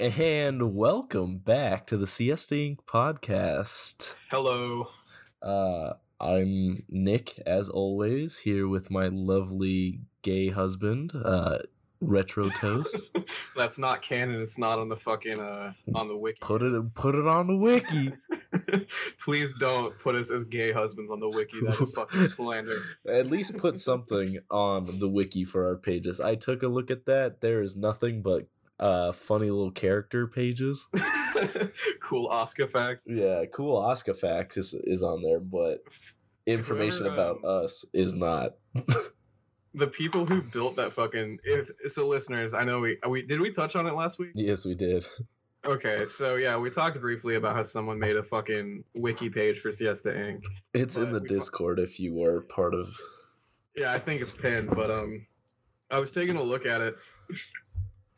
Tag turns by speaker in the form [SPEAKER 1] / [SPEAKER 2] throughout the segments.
[SPEAKER 1] And welcome back to the Siesta Inc. podcast.
[SPEAKER 2] Hello.
[SPEAKER 1] Uh, I'm Nick, as always, here with my lovely gay husband, uh, Retro Toast.
[SPEAKER 2] That's not canon. It's not on the fucking uh on the wiki.
[SPEAKER 1] put it put it on the wiki.
[SPEAKER 2] Please don't put us as gay husbands on the wiki. That is fucking slander.
[SPEAKER 1] At least put something on the wiki for our pages. I took a look at that. There is nothing but uh funny little character pages.
[SPEAKER 2] cool Oscar facts.
[SPEAKER 1] Yeah, cool Oscar fact is, is on there, but information
[SPEAKER 2] Remember,
[SPEAKER 1] about us is not.
[SPEAKER 2] The people who built that fucking if so listeners, I know we we did we touch on it last week?
[SPEAKER 1] Yes, we did.
[SPEAKER 2] Okay, so yeah, we talked briefly about how someone made a fucking wiki page for Siesta Inc.
[SPEAKER 1] It's in
[SPEAKER 2] But
[SPEAKER 1] the
[SPEAKER 2] we fu-
[SPEAKER 1] Discord if you were part of.
[SPEAKER 2] Yeah, I think it's pinned, but um, I was taking a look at it.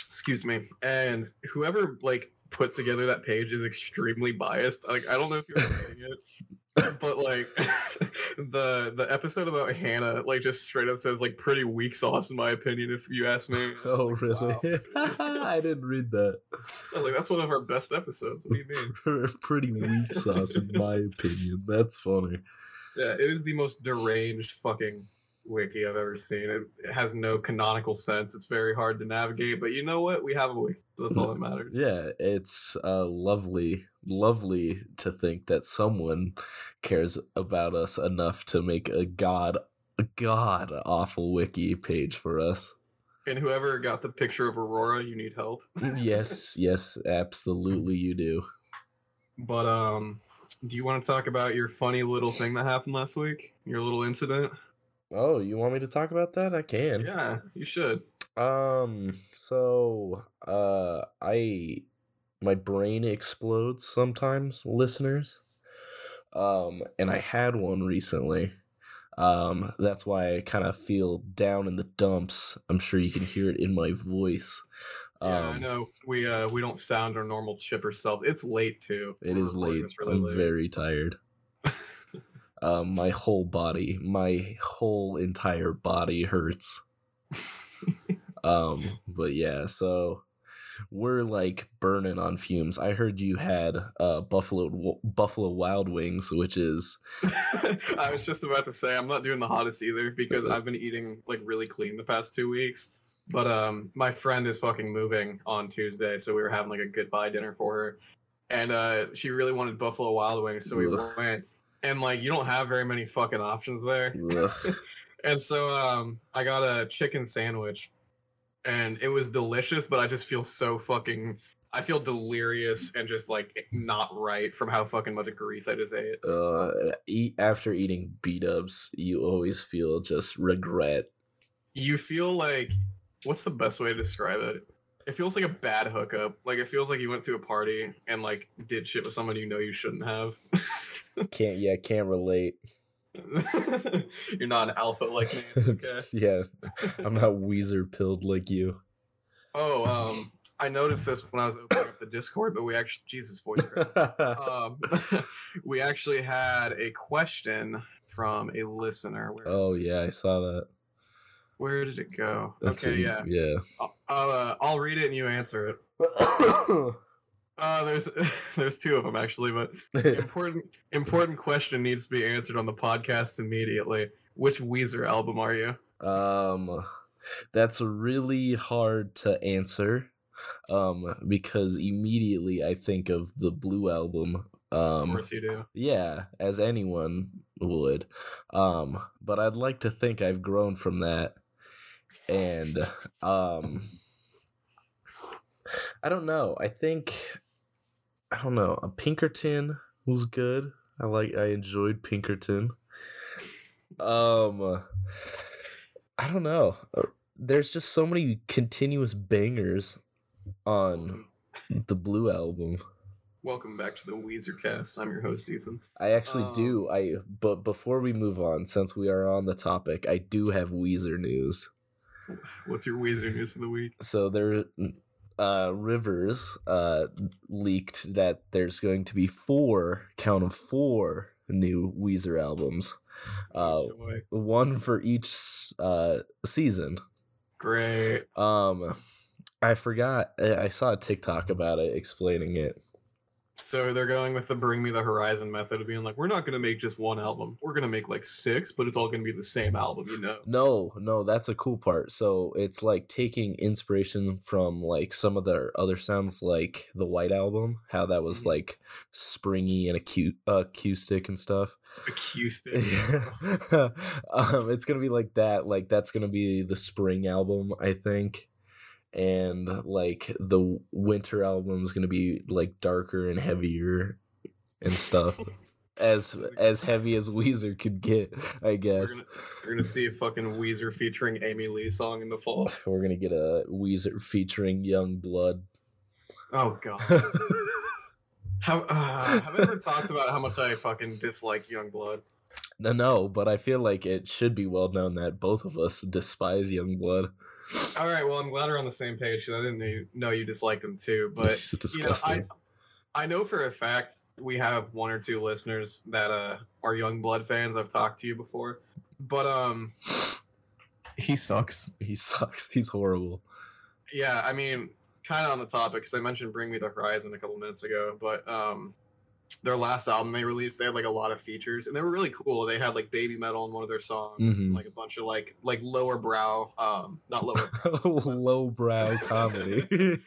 [SPEAKER 2] Excuse me, and whoever like put together that page is extremely biased. Like, I don't know if you're reading it, but like the the episode about Hannah, like, just straight up says like pretty weak sauce in my opinion. If you ask me, I
[SPEAKER 1] Oh,
[SPEAKER 2] was like, wow.
[SPEAKER 1] really? I didn't read that.
[SPEAKER 2] I was like, that's one of our best episodes. What do you mean?
[SPEAKER 1] Pretty weak sauce, in my opinion. That's funny.
[SPEAKER 2] Yeah, it is the most deranged fucking wiki I've ever seen. It, it has no canonical sense. It's very hard to navigate, but you know what? We have a wiki. So that's all that matters.
[SPEAKER 1] Yeah, it's uh, lovely, lovely to think that someone cares about us enough to make a god, a god awful wiki page for us.
[SPEAKER 2] And whoever got the picture of Aurora, you need help.
[SPEAKER 1] yes, yes, absolutely, you do.
[SPEAKER 2] But um, do you want to talk about your funny little thing that happened last week? Your little incident?
[SPEAKER 1] Oh, you want me to talk about that? I can.
[SPEAKER 2] Yeah, you should.
[SPEAKER 1] Um, so uh I my brain explodes sometimes, listeners. Um, and I had one recently. Um, that's why I kind of feel down in the dumps. I'm sure you can hear it in my voice.
[SPEAKER 2] yeah,
[SPEAKER 1] Um,
[SPEAKER 2] I know. We uh we don't sound our normal chipper selves. It's late too.
[SPEAKER 1] It
[SPEAKER 2] We're
[SPEAKER 1] is
[SPEAKER 2] recording
[SPEAKER 1] late.
[SPEAKER 2] this really
[SPEAKER 1] I'm very tired. um, my whole body, my whole entire body hurts. um, but yeah, so we're like burning on fumes. I heard you had uh buffalo buffalo wild wings, which is
[SPEAKER 2] I was just about to say I'm not doing the hottest either because I've been eating like really clean the past two weeks. But um, my friend is fucking moving on Tuesday, so we were having like a goodbye dinner for her, and uh, she really wanted Buffalo Wild Wings, so we
[SPEAKER 1] Ugh.
[SPEAKER 2] went. And like, you don't have very many fucking options there.
[SPEAKER 1] ugh,
[SPEAKER 2] And so um, I got a chicken sandwich, and it was delicious. But I just feel so fucking. I feel delirious and just like not right from how fucking much grease I just ate.
[SPEAKER 1] uh eat after eating beat ups, you always feel just regret.
[SPEAKER 2] You feel like what's the best way to describe it? It feels like a bad hookup. Like it feels like you went to a party and like did shit with someone you know you shouldn't have.
[SPEAKER 1] Can't yeah, can't relate.
[SPEAKER 2] You're not an alpha like me. It's okay.
[SPEAKER 1] yeah, I'm not Weezer pilled like you.
[SPEAKER 2] Oh, um, I noticed this when I was opening up the Discord, but we actually Jesus voice. crack. um, we actually had a question from a listener. Where, is
[SPEAKER 1] Oh
[SPEAKER 2] it?
[SPEAKER 1] yeah, I saw that.
[SPEAKER 2] where did it go?
[SPEAKER 1] That's
[SPEAKER 2] okay,
[SPEAKER 1] in-
[SPEAKER 2] yeah. I'll, I'll, uh, I'll read it and you answer it. Uh, there's there's two of them actually, but
[SPEAKER 1] yeah.
[SPEAKER 2] important important question needs to be answered on the podcast immediately. Which Weezer album are you?
[SPEAKER 1] um, that's really hard to answer, um, because immediately I think of the Blue album.
[SPEAKER 2] Of
[SPEAKER 1] Um,
[SPEAKER 2] course you do.
[SPEAKER 1] yeah, as anyone would. Um, but I'd like to think I've grown from that, and um, I don't know. I think I don't know. A Pinkerton was good. I like. I enjoyed Pinkerton. Um, I don't know. uh, There's just so many continuous bangers on the Blue album.
[SPEAKER 2] Welcome back to the Weezer cast. I'm your host Ethan.
[SPEAKER 1] I actually
[SPEAKER 2] Um,
[SPEAKER 1] do. I but before we move on, since we are on the topic, I do have Weezer news.
[SPEAKER 2] What's your Weezer news for the week?
[SPEAKER 1] So there, uh, Rivers uh, leaked that there's going to be four count of four new Weezer albums, uh,
[SPEAKER 2] Enjoy.
[SPEAKER 1] one for each s- uh, season.
[SPEAKER 2] great.
[SPEAKER 1] Um, I forgot. I I saw a TikTok about it explaining it.
[SPEAKER 2] So they're going with the Bring Me the Horizon method of being like, we're not going to make just one album. We're going to make like six, but it's all going to be the same album, you know?
[SPEAKER 1] No, no, that's a cool part. So it's like taking inspiration from like some of their other sounds, like the White Album, how that was
[SPEAKER 2] Mhm.
[SPEAKER 1] like springy and acu- acoustic and stuff.
[SPEAKER 2] Acoustic.
[SPEAKER 1] um, it's gonna be like that. Like that's gonna be the spring album, I think, and like the winter album is gonna be like darker and heavier and stuff. As as heavy as Weezer could get, I
[SPEAKER 2] We're
[SPEAKER 1] guess.
[SPEAKER 2] gonna, we're gonna see a fucking Weezer featuring Amy Lee song in the fall.
[SPEAKER 1] We're gonna get a Weezer featuring Young Blood.
[SPEAKER 2] Oh god. How, uh, have I ever talked about how much I fucking dislike Youngblood?
[SPEAKER 1] no, no, but I feel like it should be well known that both of us despise Young Blood.
[SPEAKER 2] All right, well I'm glad we're on the same page 'cause I didn't know you, know you disliked him too, but
[SPEAKER 1] it's
[SPEAKER 2] you know,
[SPEAKER 1] disgusting.
[SPEAKER 2] I, I know for a fact we have one or two listeners that uh, are young blood fans. I've talked to you before, but um, he sucks.
[SPEAKER 1] He sucks. He's horrible.
[SPEAKER 2] Yeah, I mean, kind of on the topic because I mentioned Bring Me the Horizon a couple minutes ago, but um, their last album they released, they had like a lot of features, and they were really cool. They had like baby metal in one of their songs,
[SPEAKER 1] Mhm.
[SPEAKER 2] and, like a bunch of like like lower brow, um, not lower.
[SPEAKER 1] Lowbrow comedy.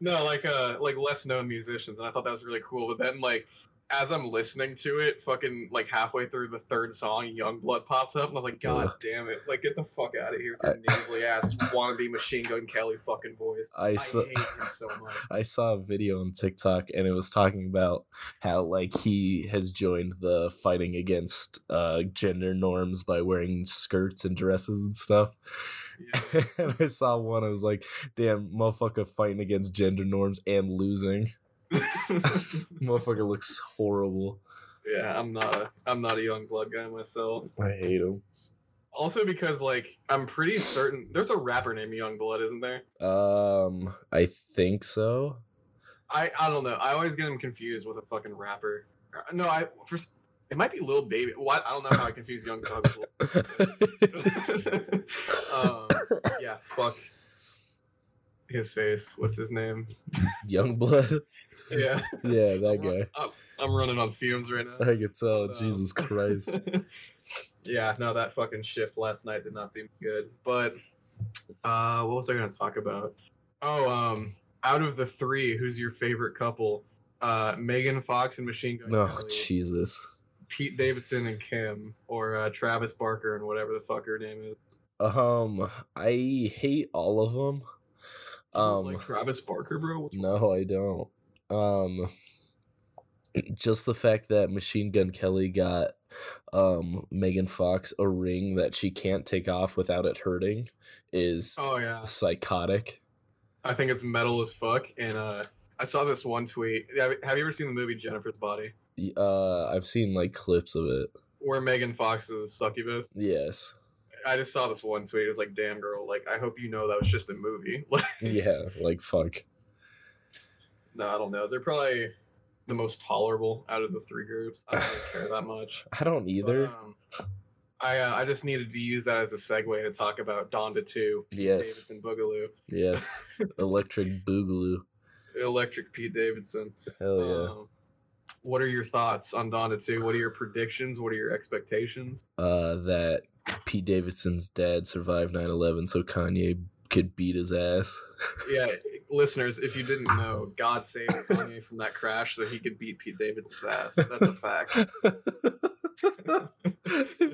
[SPEAKER 2] no, like uh like less known musicians, and I thought that was really cool. But then like as I'm listening to it, fucking like halfway through the third song, Youngblood pops up, and I was like, God damn it! Like get the fuck out of here with your nasally ass wannabe Machine Gun Kelly fucking voice.
[SPEAKER 1] I
[SPEAKER 2] I
[SPEAKER 1] saw.
[SPEAKER 2] hate him so much.
[SPEAKER 1] I saw a video on TikTok and it was talking about how like he has joined the fighting against uh, gender norms by wearing skirts and dresses and stuff.
[SPEAKER 2] Yeah.
[SPEAKER 1] and I saw one. I was like, "Damn, motherfucker, fighting against gender norms and losing. Motherfucker looks horrible.
[SPEAKER 2] yeah, I'm not a I'm not a Youngblood guy myself.
[SPEAKER 1] I hate him."
[SPEAKER 2] Also because like I'm pretty certain there's a rapper named Youngblood, isn't there?
[SPEAKER 1] Um, I think so.
[SPEAKER 2] I I don't know. I always get him confused with a fucking rapper. Uh, No, I for s- it might be Lil Baby. What I don't know how I confuse Young Thug with Lil. um, yeah, fuck his face. What's his name?
[SPEAKER 1] Youngblood.
[SPEAKER 2] Yeah, Oh,
[SPEAKER 1] Yeah, that
[SPEAKER 2] I'm running on fumes right
[SPEAKER 1] guy.
[SPEAKER 2] now.
[SPEAKER 1] I could tell. Jesus Christ.
[SPEAKER 2] yeah, no, that fucking shift last night did not do me good. But uh, what was I gonna talk about? Oh, um, out of the three, who's your favorite couple? Uh, Megan Fox and Machine Gun.
[SPEAKER 1] Oh
[SPEAKER 2] Kelly.
[SPEAKER 1] Jesus.
[SPEAKER 2] Pete Davidson and Kim, or uh, Travis Barker and whatever the fuck her name is.
[SPEAKER 1] Um, I hate all of them.
[SPEAKER 2] You don't
[SPEAKER 1] Um,
[SPEAKER 2] like Travis Barker, bro. What's wrong?
[SPEAKER 1] No, I don't. Um, just the fact that Machine Gun Kelly got um Megan Fox a ring that she can't take off without it hurting is
[SPEAKER 2] Oh yeah,
[SPEAKER 1] psychotic.
[SPEAKER 2] I think it's metal as fuck. And uh, I saw this one tweet. Have have you ever seen the movie Jennifer's Body,
[SPEAKER 1] Y- Uh, I've seen like clips of it.
[SPEAKER 2] where Megan Fox is a succubus?
[SPEAKER 1] Yes.
[SPEAKER 2] I just saw this one tweet. It was like, "Damn girl, like I hope you know that was just a movie." Like,
[SPEAKER 1] Yeah. Like fuck.
[SPEAKER 2] no, I don't know. They're probably the most tolerable out of the three groups. I don't really care that much.
[SPEAKER 1] I don't
[SPEAKER 2] But,
[SPEAKER 1] either.
[SPEAKER 2] um, I uh, I just needed to use that as a segue to talk about Donda Two,
[SPEAKER 1] yes.
[SPEAKER 2] Davidson Boogaloo.
[SPEAKER 1] Yes. Electric Boogaloo.
[SPEAKER 2] Electric Pete Davidson.
[SPEAKER 1] Hell Oh, yeah.
[SPEAKER 2] Um, what are your thoughts on Donda 2? What are your predictions? What are your expectations?
[SPEAKER 1] uh, that Pete Davidson's dad survived 9 11 so Kanye could beat his ass.
[SPEAKER 2] Yeah, listeners, if you didn't know, God saved Kanye from that crash so he could beat Pete Davidson's ass. That's a fact.
[SPEAKER 1] I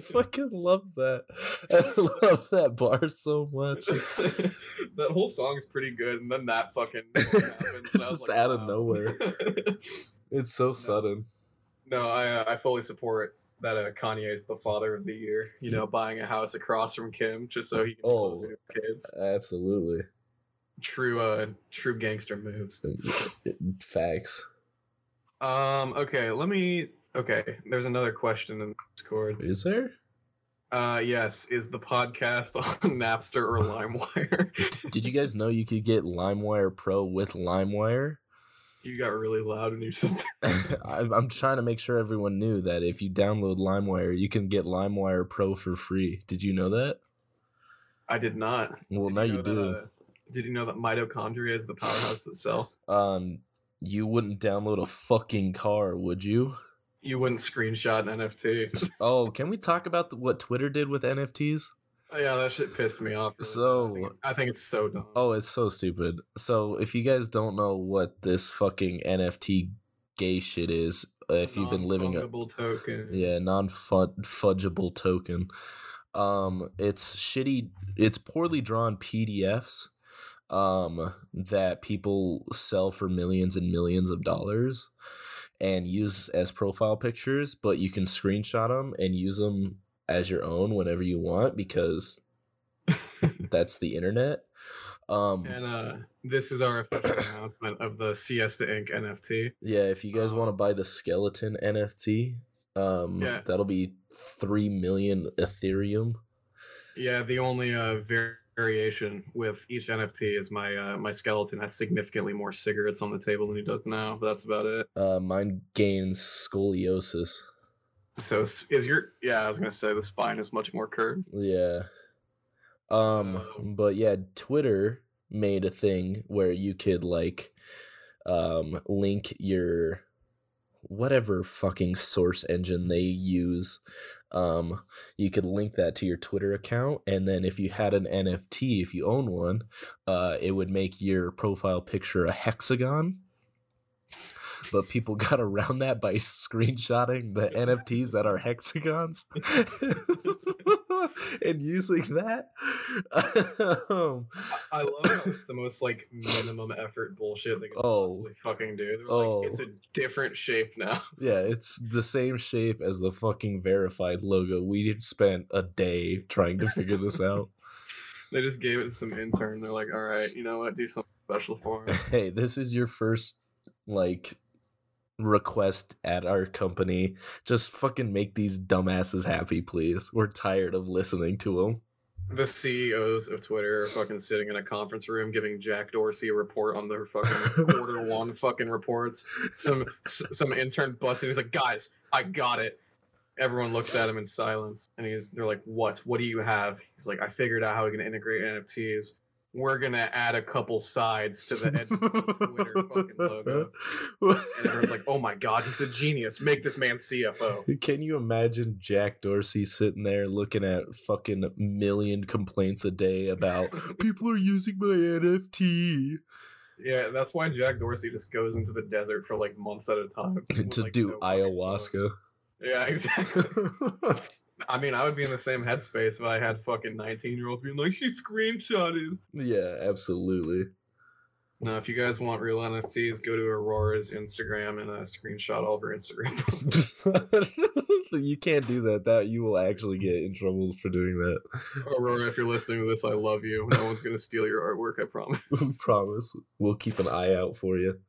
[SPEAKER 1] fucking love that. I love that bar so much.
[SPEAKER 2] that whole song's pretty good, and then that fucking happens. and I was
[SPEAKER 1] Just out of nowhere. It's so sudden.
[SPEAKER 2] sudden. no, I uh, I fully support that uh, Kanye is the father of the year. You know, buying a house across from Kim just so he can be
[SPEAKER 1] Oh.
[SPEAKER 2] closer to his kids.
[SPEAKER 1] Absolutely.
[SPEAKER 2] True, uh, true gangster moves.
[SPEAKER 1] Facts.
[SPEAKER 2] Um. Okay. Let me. Okay. There's another question in Discord.
[SPEAKER 1] Is there?
[SPEAKER 2] Uh. Yes. Is the podcast on Napster or LimeWire?
[SPEAKER 1] Did you guys know you could get LimeWire Pro with LimeWire?
[SPEAKER 2] you got really loud when you said
[SPEAKER 1] I- I'm trying to make sure everyone knew that if you download LimeWire, you can get LimeWire Pro for free. Did you know that?
[SPEAKER 2] I did not.
[SPEAKER 1] Well,
[SPEAKER 2] Did
[SPEAKER 1] now you
[SPEAKER 2] know that,
[SPEAKER 1] do.
[SPEAKER 2] uh, Did you know that mitochondria is the powerhouse of the cell?
[SPEAKER 1] Um, you wouldn't download a fucking car, would you?
[SPEAKER 2] You wouldn't screenshot an NFT.
[SPEAKER 1] Oh, can we talk about the, what Twitter did with NFTs?
[SPEAKER 2] Oh, yeah, that shit pissed me off. really
[SPEAKER 1] So-
[SPEAKER 2] bad. I think it's, I think it's so dumb.
[SPEAKER 1] Oh, it's so stupid. So, if you guys don't know what this fucking NFT gay shit is, uh, if you've been living a
[SPEAKER 2] Non-fungible token.
[SPEAKER 1] yeah non-fudgeable token, um, it's shitty. It's poorly drawn PDFs, um, that people sell for millions and millions of dollars, and use as profile pictures. But you can screenshot them and use them as your own whenever you want because that's the internet. Um,
[SPEAKER 2] And uh, this is our official announcement of the Siesta Inc. NFT.
[SPEAKER 1] Yeah, if you guys
[SPEAKER 2] Um,
[SPEAKER 1] want to buy the skeleton NFT, um,
[SPEAKER 2] Yeah.
[SPEAKER 1] that'll be three million Ethereum.
[SPEAKER 2] Yeah, the only uh, var- variation with each NFT is my uh, my skeleton has significantly more cigarettes on the table than he does now. But that's about it.
[SPEAKER 1] Uh, mine gains scoliosis.
[SPEAKER 2] So s- is your yeah? I was gonna say the spine is much more curved.
[SPEAKER 1] Yeah. Um,
[SPEAKER 2] Um,
[SPEAKER 1] but yeah, Twitter made a thing where you could like, um, link your whatever fucking source engine they use. Um, you could link that to your Twitter account, and then if you had an NFT, if you own one, uh, it would make your profile picture a hexagon. But people got around that by screenshotting the NFTs that are hexagons and using that. Um,
[SPEAKER 2] I love how it's the most like minimum effort bullshit they could
[SPEAKER 1] Oh.
[SPEAKER 2] possibly fucking do. They're
[SPEAKER 1] Oh.
[SPEAKER 2] like, it's a different shape now.
[SPEAKER 1] yeah, it's the same shape as the fucking verified logo. We spent a day trying to figure this out.
[SPEAKER 2] They just gave it to some intern. They're like, all right, you know what? Do something special for him.
[SPEAKER 1] hey, this is your first like request at our company. Just fucking make these dumbasses happy, please. We're tired of listening to them.
[SPEAKER 2] the CEOs of Twitter are fucking sitting in a conference room giving Jack Dorsey a report on their fucking quarter one fucking reports. Some s- some intern busting. He's like, guys, I got it. Everyone looks at him in silence, and he's they're like, what? What do you have? He's like, I figured out how we can integrate NFTs. We're gonna add a couple sides to the end. Twitter fucking logo. And everyone's like, oh my god, he's a genius. Make this man CFO.
[SPEAKER 1] Can you imagine Jack Dorsey sitting there looking at fucking million complaints a day about people are using my NFT
[SPEAKER 2] Yeah, that's why Jack Dorsey just goes into the desert for like months at a time with,
[SPEAKER 1] to
[SPEAKER 2] like,
[SPEAKER 1] do
[SPEAKER 2] no fucking phone.
[SPEAKER 1] ayahuasca?
[SPEAKER 2] Yeah, exactly. I mean, I would be in the same headspace if I had fucking nineteen year olds being like, "He screenshotted."
[SPEAKER 1] yeah, absolutely.
[SPEAKER 2] No, if you guys want real NFTs, go to Aurora's Instagram and uh, screenshot all of her Instagram.
[SPEAKER 1] you can't do that. That you will actually get in trouble for doing that.
[SPEAKER 2] Aurora, if you're listening to this, I love you. No one's gonna steal your artwork, I promise.
[SPEAKER 1] Promise. We'll keep an eye out for you.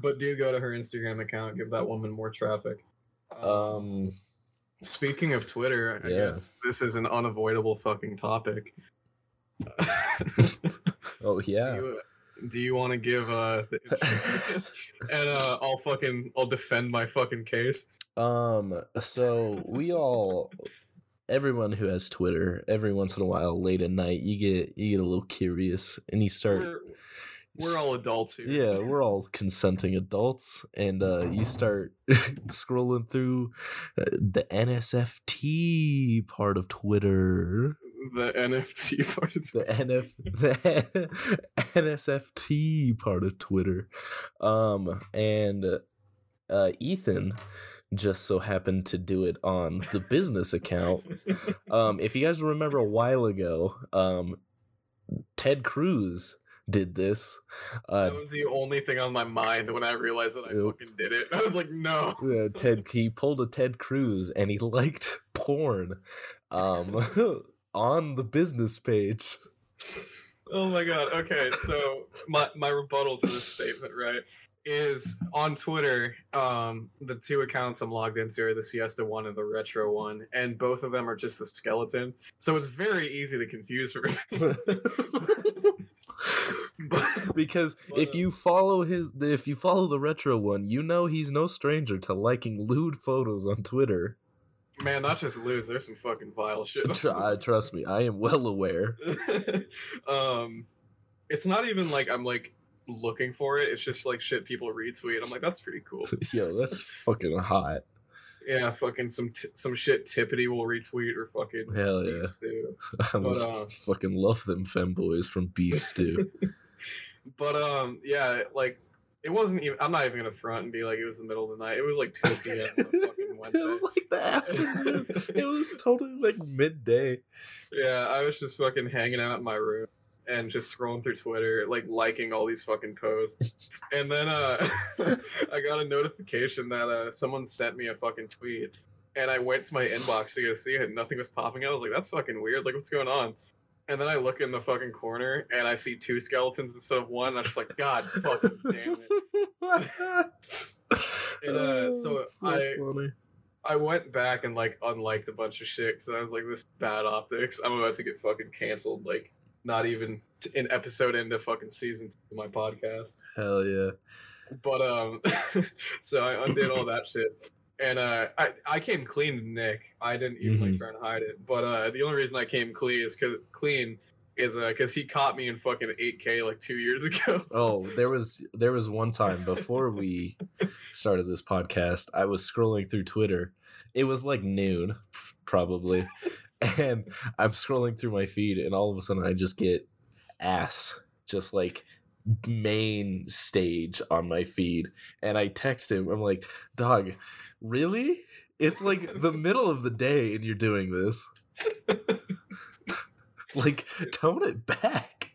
[SPEAKER 2] But do go to her Instagram account. Give that woman more traffic.
[SPEAKER 1] Um.
[SPEAKER 2] Speaking of Twitter, I
[SPEAKER 1] Yeah.
[SPEAKER 2] guess this is an unavoidable fucking topic.
[SPEAKER 1] Oh yeah.
[SPEAKER 2] Do you, do you want to give uh, the intro to this? and uh, I'll fucking I'll defend my fucking case.
[SPEAKER 1] Um, so we all, everyone who has Twitter, every once in a while, late at night, you get you get a little curious, and you start.
[SPEAKER 2] We're, we're all adults here.
[SPEAKER 1] Yeah, we're all consenting adults, and uh, you start scrolling through uh, the NSFT part of Twitter,
[SPEAKER 2] the NFT part.
[SPEAKER 1] the NF, the NSFT part of Twitter, um, and uh, Ethan just so happened to do it on the business account um, if you guys remember a while ago, um, Ted Cruz did this. Uh,
[SPEAKER 2] that was the only thing on my mind when I realized that I
[SPEAKER 1] Yep.
[SPEAKER 2] fucking did it. I was like, no.
[SPEAKER 1] uh, Ted he pulled a Ted Cruz and he liked porn um, on the business page.
[SPEAKER 2] Oh my god. Okay, so my my rebuttal to this statement, right? Is on Twitter, um, the two accounts I'm logged into are the Siesta one and the Retro one, and both of them are just the skeleton. So it's very easy to confuse for me. but
[SPEAKER 1] because if you follow his if you follow the retro one, you know he's no stranger to liking lewd photos on Twitter.
[SPEAKER 2] man, not just lose, there's some fucking vile shit. on
[SPEAKER 1] Tr- uh,
[SPEAKER 2] there.
[SPEAKER 1] trust me, I am well aware.
[SPEAKER 2] um, it's not even like I'm like looking for it. It's just like shit people retweet. I'm like, that's pretty cool.
[SPEAKER 1] Yo, that's fucking hot.
[SPEAKER 2] Yeah, fucking some t- some shit Tippity will retweet or fucking
[SPEAKER 1] Hell yeah.
[SPEAKER 2] beef stew.
[SPEAKER 1] I
[SPEAKER 2] But,
[SPEAKER 1] f-
[SPEAKER 2] uh,
[SPEAKER 1] fucking love them femboys from Beef Stew.
[SPEAKER 2] But um, yeah, like it wasn't even. I'm not even gonna front and be like it was the middle of the night. It was like 2 p.m. on a fucking Wednesday.
[SPEAKER 1] like the afternoon. it was totally like midday.
[SPEAKER 2] Yeah, I was just fucking hanging out in my room and just scrolling through Twitter, like liking all these fucking posts. and then uh I got a notification that uh someone sent me a fucking tweet. And I went to my inbox to go see it, and nothing was popping out. I was like, that's fucking weird. Like, what's going on? And then I look in the fucking corner and I see two skeletons instead of one. And I'm just like, God fucking damn it. And, uh,
[SPEAKER 1] Oh,
[SPEAKER 2] so
[SPEAKER 1] it's so
[SPEAKER 2] I-
[SPEAKER 1] funny.
[SPEAKER 2] I went back and like unliked a bunch of shit because I was like, this is bad optics. I'm about to get fucking canceled. Like, not even t- an episode into fucking season two of my podcast.
[SPEAKER 1] Hell yeah.
[SPEAKER 2] But um, so I undid all that shit, and uh, I I came clean to Nick. I didn't even like
[SPEAKER 1] Mhm.
[SPEAKER 2] try and hide it. But uh, the only reason I came clean is because clean is uh because he caught me in fucking 8K like two years ago.
[SPEAKER 1] Oh, there was there was one time before we started this podcast, I was scrolling through Twitter. It was like noon, probably, and I'm scrolling through my feed, and all of a sudden I just get ass, just like main stage on my feed, and I text him. I'm like, "Dog, really? It's like the middle of the day, and you're doing this. like, tone it back."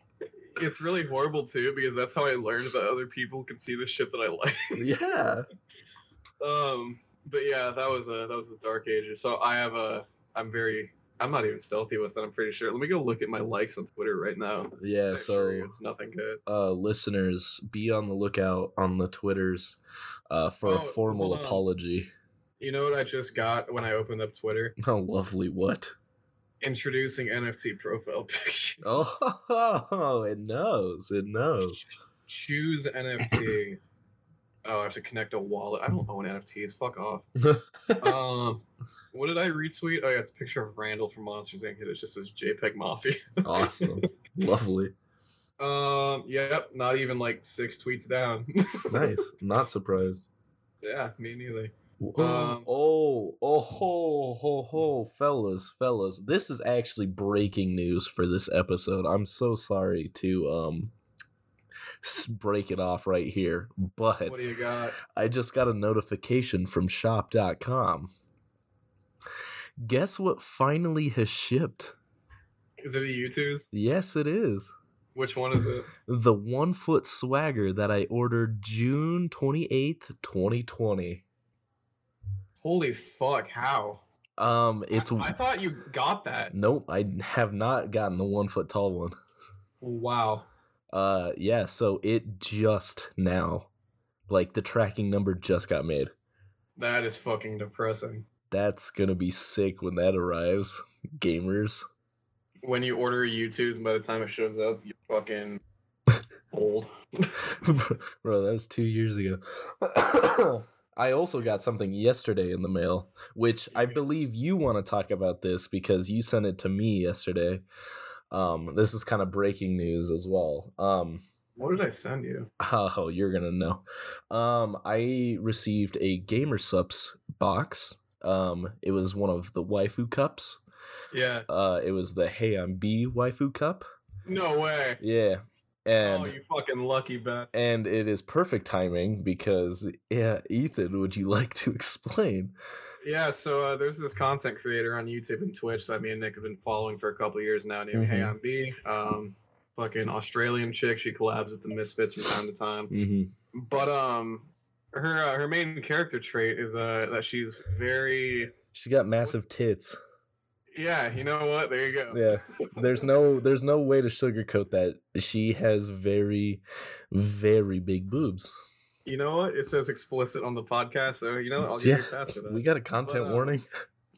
[SPEAKER 2] It's really horrible too because that's how I learned that other people can see the shit that I like.
[SPEAKER 1] Yeah.
[SPEAKER 2] Um, but yeah, that was uh that was the Dark Ages. So I have a I'm very I'm not even stealthy with it. I'm pretty sure. Let me go look at my likes on Twitter right now.
[SPEAKER 1] Yeah,
[SPEAKER 2] Make
[SPEAKER 1] so
[SPEAKER 2] sure it's nothing good.
[SPEAKER 1] uh, listeners, be on the lookout on the Twitters uh, for a
[SPEAKER 2] Oh,
[SPEAKER 1] formal
[SPEAKER 2] hold on.
[SPEAKER 1] apology.
[SPEAKER 2] You know what I just got when I opened up Twitter?
[SPEAKER 1] How lovely, what?
[SPEAKER 2] Introducing NFT profile picture.
[SPEAKER 1] Oh, it knows, it knows.
[SPEAKER 2] Choose NFT. oh, I have to connect a wallet. I don't own NFTs. Fuck off. um, what did I retweet? Oh yeah, it's a picture of Randall from Monsters Inc. It just says JPEG Mafia.
[SPEAKER 1] Awesome, lovely,
[SPEAKER 2] Um, yep, not even like six tweets down.
[SPEAKER 1] nice. Not surprised.
[SPEAKER 2] Yeah, me neither.
[SPEAKER 1] Oh,
[SPEAKER 2] Um,
[SPEAKER 1] oh, oh, ho, ho, ho, fellas, fellas. This is actually breaking news for this episode. I'm so sorry to um s- break it off right here, but
[SPEAKER 2] What do you got?
[SPEAKER 1] I just got a notification from shop.com. Guess what finally has shipped?
[SPEAKER 2] Is it a U2's?
[SPEAKER 1] Yes, it is.
[SPEAKER 2] Which one is it?
[SPEAKER 1] The one foot swagger that I ordered June 28th, 2020.
[SPEAKER 2] Holy fuck! How?
[SPEAKER 1] Um, it's.
[SPEAKER 2] I, I thought you got that.
[SPEAKER 1] nope, I have not gotten the one foot tall one.
[SPEAKER 2] Wow.
[SPEAKER 1] Uh, yeah, so it just now, like the tracking number just got made.
[SPEAKER 2] That is fucking depressing.
[SPEAKER 1] That's gonna be sick when that arrives, gamers.
[SPEAKER 2] When you order a U2's, and by the time it shows up, you're fucking old.
[SPEAKER 1] Bro, that was two years ago. I also got something yesterday in the mail, which I believe you want to talk about this because you sent it to me yesterday. Um, this is kind of breaking news as well. Um,
[SPEAKER 2] What did I send you?
[SPEAKER 1] oh, you're gonna know. Um, I received a Gamer Sups box. Um, it was one of the waifu cups.
[SPEAKER 2] Yeah.
[SPEAKER 1] Uh, it was the Hey I'm B waifu cup.
[SPEAKER 2] No way.
[SPEAKER 1] Yeah, and
[SPEAKER 2] oh, you fucking lucky bastard.
[SPEAKER 1] and it is perfect timing because yeah ethan would you like to explain
[SPEAKER 2] Yeah, so uh, there's this content creator on YouTube and Twitch that me and Nick have been following for a couple years now named Hey
[SPEAKER 1] Mhm.
[SPEAKER 2] I'm B. Um, fucking Australian chick. She collabs with the Misfits from time to time.
[SPEAKER 1] mm-hmm.
[SPEAKER 2] But um, her uh, her main character trait is uh that she's very
[SPEAKER 1] she got massive tits
[SPEAKER 2] yeah. You know what? There you go.
[SPEAKER 1] Yeah.
[SPEAKER 2] Oh,
[SPEAKER 1] there's no there's no way to sugarcoat that she has very very big boobs
[SPEAKER 2] You know what? It says explicit on the podcast, so you know what? I'll give you a pass for that.
[SPEAKER 1] we got a content
[SPEAKER 2] uh,
[SPEAKER 1] warning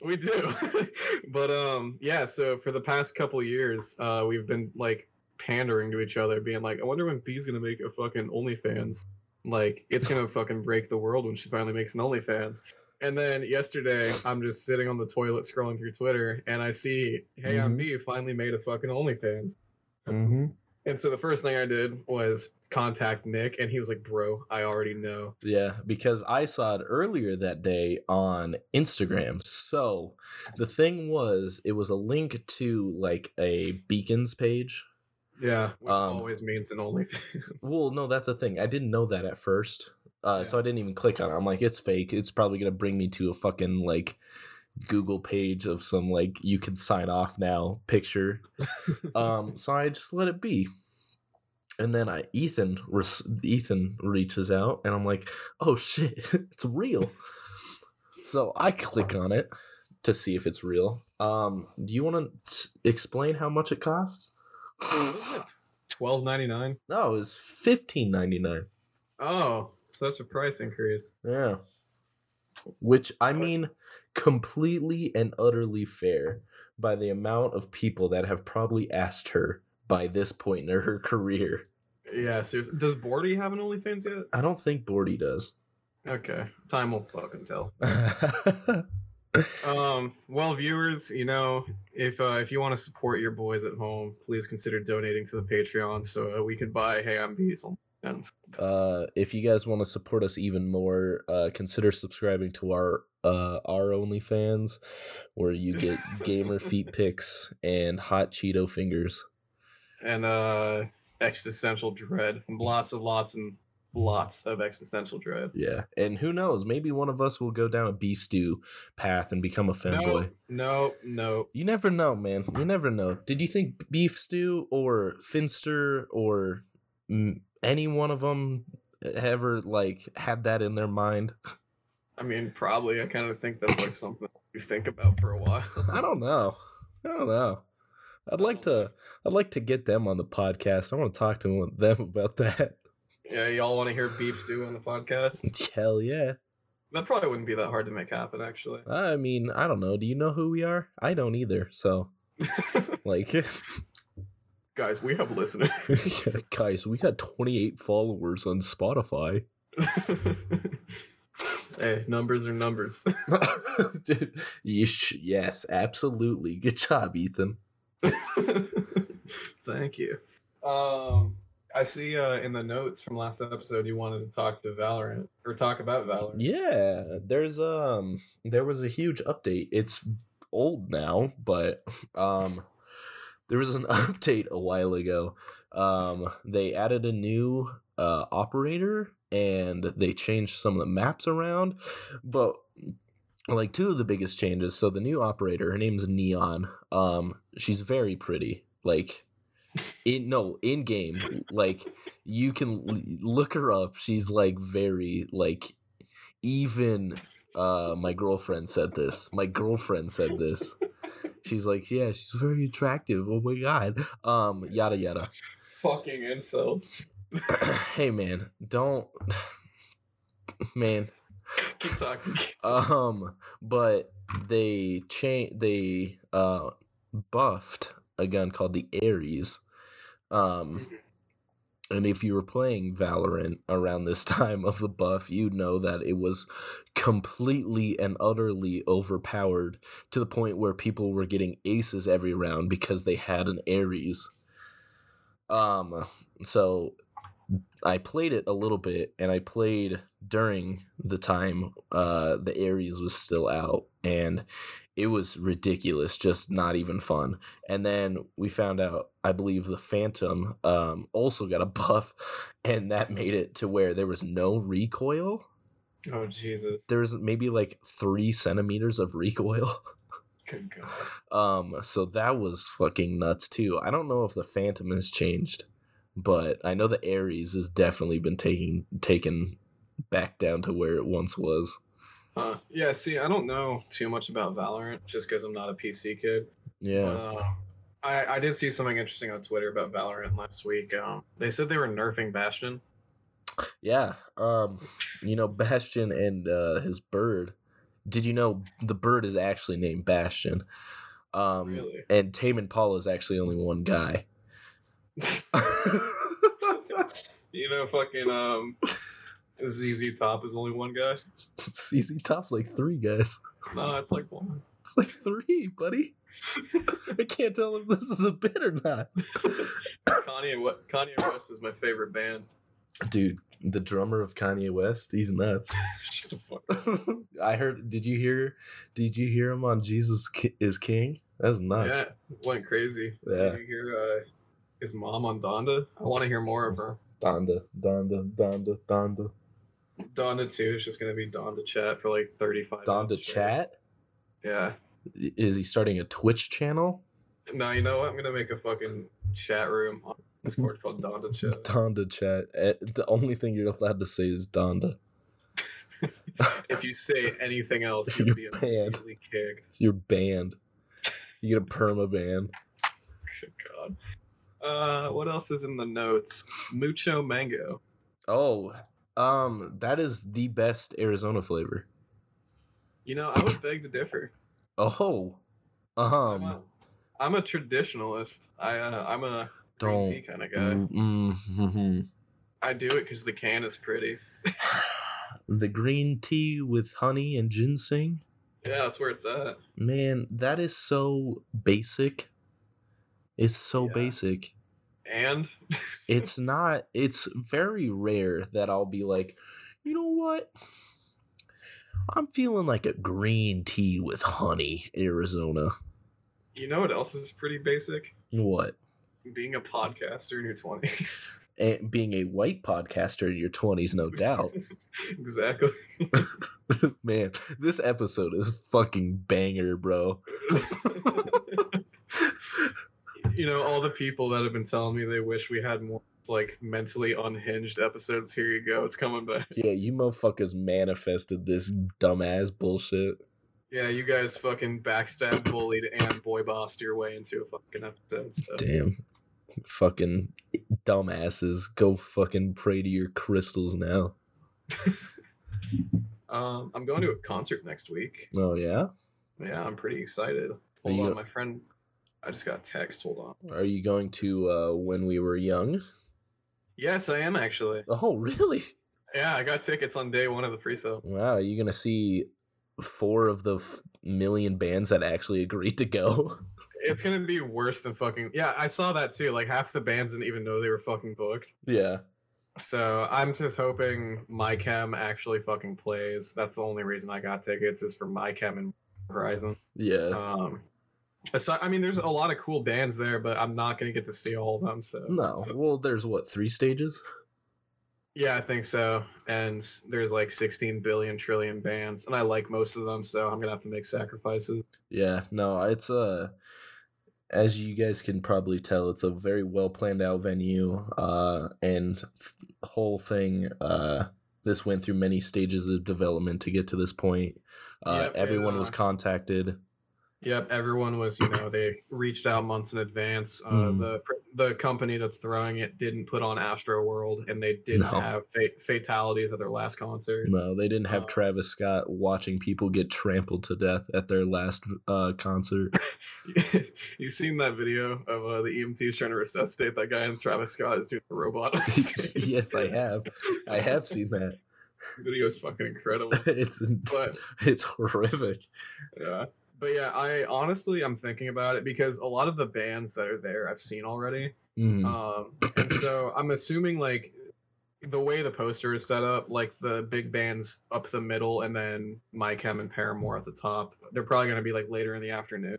[SPEAKER 2] We do. but um yeah, so for the past couple years, uh we've been like pandering to each other, being like, I wonder when B's gonna make a fucking OnlyFans. Like it's gonna fucking break the world when she finally makes an OnlyFans. And then yesterday I'm just sitting on the toilet scrolling through Twitter and I see, hey, I'm
[SPEAKER 1] Mhm.
[SPEAKER 2] B finally made a fucking OnlyFans. And so the first thing I did was contact Nick, and he was like, "Bro, I already know."
[SPEAKER 1] Yeah, because I saw it earlier that day on Instagram. So the thing was, it was a link to like a beacons page.
[SPEAKER 2] Yeah, which
[SPEAKER 1] Um,
[SPEAKER 2] always means an OnlyFans.
[SPEAKER 1] Well, no, that's the thing. I didn't know that at first. Uh, So I didn't even click on it. I'm like, it's fake. It's probably going to bring me to a fucking like Google page of some like, you can sign off now picture. um, so I just let it be. And then I Ethan res- Ethan reaches out and I'm like, "Oh shit, it's real." so I click on it to see if it's real. Um, do you want to explain how much it cost?
[SPEAKER 2] Twelve ninety nine.
[SPEAKER 1] No, it's fifteen ninety nine.
[SPEAKER 2] Oh, so that's a price increase.
[SPEAKER 1] Yeah. Which I mean, completely and utterly fair by the amount of people that have probably asked her by this point in her career.
[SPEAKER 2] Yeah, seriously. Does Bordy have an OnlyFans yet?
[SPEAKER 1] I don't think Bordy does.
[SPEAKER 2] Okay, time will fucking tell. Um, well, viewers, you know, if uh, if you want to support your boys at home, please consider donating to the Patreon so uh, we can buy Hey I'm Beasel. And
[SPEAKER 1] uh, if you guys want to support us even more, uh, consider subscribing to our uh, our OnlyFans, where you get gamer feet pics and hot Cheeto fingers.
[SPEAKER 2] and uh, existential dread, lots and lots and lots of existential dread.
[SPEAKER 1] Yeah, and who knows? Maybe one of us will go down a beef stew path and become a fanboy.
[SPEAKER 2] No, no, no.
[SPEAKER 1] You never know, man. You never know. Did you think beef stew or Finster or mm, any one of them ever like had that in their mind?
[SPEAKER 2] I mean, probably. I kind of think that's like something you think about for a while.
[SPEAKER 1] I don't know. I don't know. I'd like to. I'd like to get them on the podcast. I want to talk to them about that.
[SPEAKER 2] Yeah, y'all want to hear beef stew on the podcast?
[SPEAKER 1] Hell yeah.
[SPEAKER 2] That probably wouldn't be that hard to make happen, actually.
[SPEAKER 1] I mean, I don't know. Do you know who we are? I don't either. So, like,
[SPEAKER 2] Guys, we have listeners.
[SPEAKER 1] guys, we got 28 followers on Spotify.
[SPEAKER 2] hey, numbers are numbers.
[SPEAKER 1] Dude, you sh- yes, absolutely. Good job, Ethan.
[SPEAKER 2] Thank you. Um, I see uh, in the notes from last episode you wanted to talk to Valorant or talk about Valorant.
[SPEAKER 1] Yeah, there's um there was a huge update. It's old now, but um there was an update a while ago. Um they added a new uh operator and they changed some of the maps around, but like two of the biggest changes. So the new operator, her name's Neon. Um she's very pretty. Like in no, in game, like you can l- look her up. She's like very like even uh my girlfriend said this my girlfriend said this she's like yeah she's very attractive oh my god um yada yada
[SPEAKER 2] Fucking insults.
[SPEAKER 1] hey man don't man
[SPEAKER 2] Keep talking.
[SPEAKER 1] um but they change they uh buffed a gun called the ares um and if you were playing valorant around this time of the buff you'd know that it was completely and utterly overpowered to the point where people were getting aces every round because they had an ares um so I played it a little bit, and I played during the time uh, the Aries was still out, and it was ridiculous, just not even fun. And then we found out, I believe, the Phantom um, also got a buff, and that made it to where there was no recoil.
[SPEAKER 2] oh Jesus.
[SPEAKER 1] There was maybe like three centimeters of recoil.
[SPEAKER 2] Good God.
[SPEAKER 1] Um, so that was fucking nuts too. I don't know if the Phantom has changed, but I know the Aries has definitely been taking taken back down to where it once was.
[SPEAKER 2] Huh. Yeah. See, I don't know too much about Valorant just because I'm not a PC kid.
[SPEAKER 1] Yeah.
[SPEAKER 2] But, um, I, I did see something interesting on Twitter about Valorant last week. Um, they said they were nerfing Bastion.
[SPEAKER 1] Yeah. Um, you know, Bastion and uh his bird. Did you know the bird is actually named Bastion? Um
[SPEAKER 2] Really?
[SPEAKER 1] and Tame Impala is actually only one guy.
[SPEAKER 2] you know, fucking um, ZZ Top is only one guy.
[SPEAKER 1] CZ Top's like three guys.
[SPEAKER 2] No, it's like one.
[SPEAKER 1] It's like three, buddy. I can't tell if this is a bit or not.
[SPEAKER 2] Kanye, what Kanye West is my favorite band.
[SPEAKER 1] Dude, the drummer of Kanye West, he's nuts.
[SPEAKER 2] Shut the fuck up.
[SPEAKER 1] I heard. Did you hear? Did you hear him on Jesus Ki- is King? That was nuts.
[SPEAKER 2] Yeah, went crazy.
[SPEAKER 1] Yeah.
[SPEAKER 2] Did you hear uh, his mom on Donda? I want to hear more of her.
[SPEAKER 1] Donda, Donda, Donda, Donda,
[SPEAKER 2] Donda too. It's just gonna be Donda chat for like thirty-five. minutes
[SPEAKER 1] Donda.
[SPEAKER 2] straight.
[SPEAKER 1] Chat.
[SPEAKER 2] Yeah.
[SPEAKER 1] I- Is he starting a Twitch channel?
[SPEAKER 2] No, you know what? I'm gonna make a fucking chat room on Discord called Donda Chat.
[SPEAKER 1] Donda chat. Eh, The only thing you're allowed to say is Donda.
[SPEAKER 2] If you say anything else,
[SPEAKER 1] You're
[SPEAKER 2] you'd be
[SPEAKER 1] banned.
[SPEAKER 2] immediately kicked.
[SPEAKER 1] You're banned. You get a perma ban.
[SPEAKER 2] Good God. Uh, what else is in the notes? Mucho mango.
[SPEAKER 1] Oh, um, that is the best Arizona flavor.
[SPEAKER 2] You know, I would beg to differ.
[SPEAKER 1] Oh,
[SPEAKER 2] I'm,
[SPEAKER 1] um,
[SPEAKER 2] a, I'm a traditionalist. I uh, I'm a green tea
[SPEAKER 1] don't.
[SPEAKER 2] kind of guy.
[SPEAKER 1] Mm, mhm.
[SPEAKER 2] I do it because the can is pretty.
[SPEAKER 1] the green tea with honey and ginseng.
[SPEAKER 2] Yeah, that's where it's at.
[SPEAKER 1] Man, that is so basic. It's so
[SPEAKER 2] Yeah.
[SPEAKER 1] basic.
[SPEAKER 2] And Mm-hmm.
[SPEAKER 1] It's not, it's very rare that I'll be like, you know what? I'm feeling like a green tea with honey, Arizona.
[SPEAKER 2] you know what else is pretty basic?
[SPEAKER 1] What?
[SPEAKER 2] Being a podcaster in your twenties.
[SPEAKER 1] And Eh, being a white podcaster in your 20s, no doubt.
[SPEAKER 2] exactly.
[SPEAKER 1] Man, this episode is fucking banger, bro.
[SPEAKER 2] you know, all the people that have been telling me they wish we had more like mentally unhinged episodes. Here you go. It's coming back.
[SPEAKER 1] Yeah, you motherfuckers manifested this dumbass bullshit.
[SPEAKER 2] Yeah, you guys fucking backstab, bullied, and boy bossed your way into a fucking episode. So.
[SPEAKER 1] Damn. Fucking dumbasses. Go fucking pray to your crystals now.
[SPEAKER 2] Um, I'm going to a concert next week.
[SPEAKER 1] Oh, yeah?
[SPEAKER 2] Yeah, I'm pretty excited.
[SPEAKER 1] Are
[SPEAKER 2] Hold
[SPEAKER 1] you,
[SPEAKER 2] on, my friend. I just got a text. Hold on.
[SPEAKER 1] are you going to uh, When We Were Young?
[SPEAKER 2] Yes, I am actually.
[SPEAKER 1] Oh, really?
[SPEAKER 2] Yeah, I got tickets on day one of the pre-sale.
[SPEAKER 1] Wow, are you going to see four of the f- million bands that actually agreed to go?
[SPEAKER 2] It's gonna be worse than fucking. Yeah, I saw that too. Like half the bands didn't even know they were fucking booked.
[SPEAKER 1] yeah.
[SPEAKER 2] So I'm just hoping my chem actually fucking plays. That's the only reason I got tickets is for my chem and Horizon.
[SPEAKER 1] Yeah.
[SPEAKER 2] Um, so, I mean, there's a lot of cool bands there, but I'm not gonna get to see all of them. So
[SPEAKER 1] no. Well, there's what, three stages?
[SPEAKER 2] yeah, I think so. And there's like 16 billion trillion bands, and I like most of them. So I'm gonna have to make sacrifices.
[SPEAKER 1] Yeah, no, it's uh as you guys can probably tell, it's a very well planned out venue, uh, and th- whole thing. Uh, this went through many stages of development to get to this point. Uh,
[SPEAKER 2] Yep, and,
[SPEAKER 1] everyone was
[SPEAKER 2] uh,
[SPEAKER 1] contacted.
[SPEAKER 2] Yep, everyone was, you know, they reached out months in advance. Uh,
[SPEAKER 1] Mm.
[SPEAKER 2] The pr- the company that's throwing it didn't put on Astro World, and they didn't
[SPEAKER 1] No.
[SPEAKER 2] have fa- fatalities at their last concert.
[SPEAKER 1] No, they didn't have
[SPEAKER 2] uh,
[SPEAKER 1] Travis Scott watching people get trampled to death at their last uh, concert.
[SPEAKER 2] You've seen that video of uh, the EMTs trying to resuscitate that guy, and Travis Scott is doing the robot. on stage.
[SPEAKER 1] yes, I have. I have seen that.
[SPEAKER 2] The video is fucking incredible.
[SPEAKER 1] It's
[SPEAKER 2] But
[SPEAKER 1] it's horrific.
[SPEAKER 2] yeah, but yeah, I honestly I'm thinking about it because a lot of the bands that are there I've seen already.
[SPEAKER 1] Mm.
[SPEAKER 2] Um, and so I'm assuming like the way the poster is set up, like the big bands up the middle, and then My Chem and Paramore at the top. They're probably gonna be like later in the afternoon.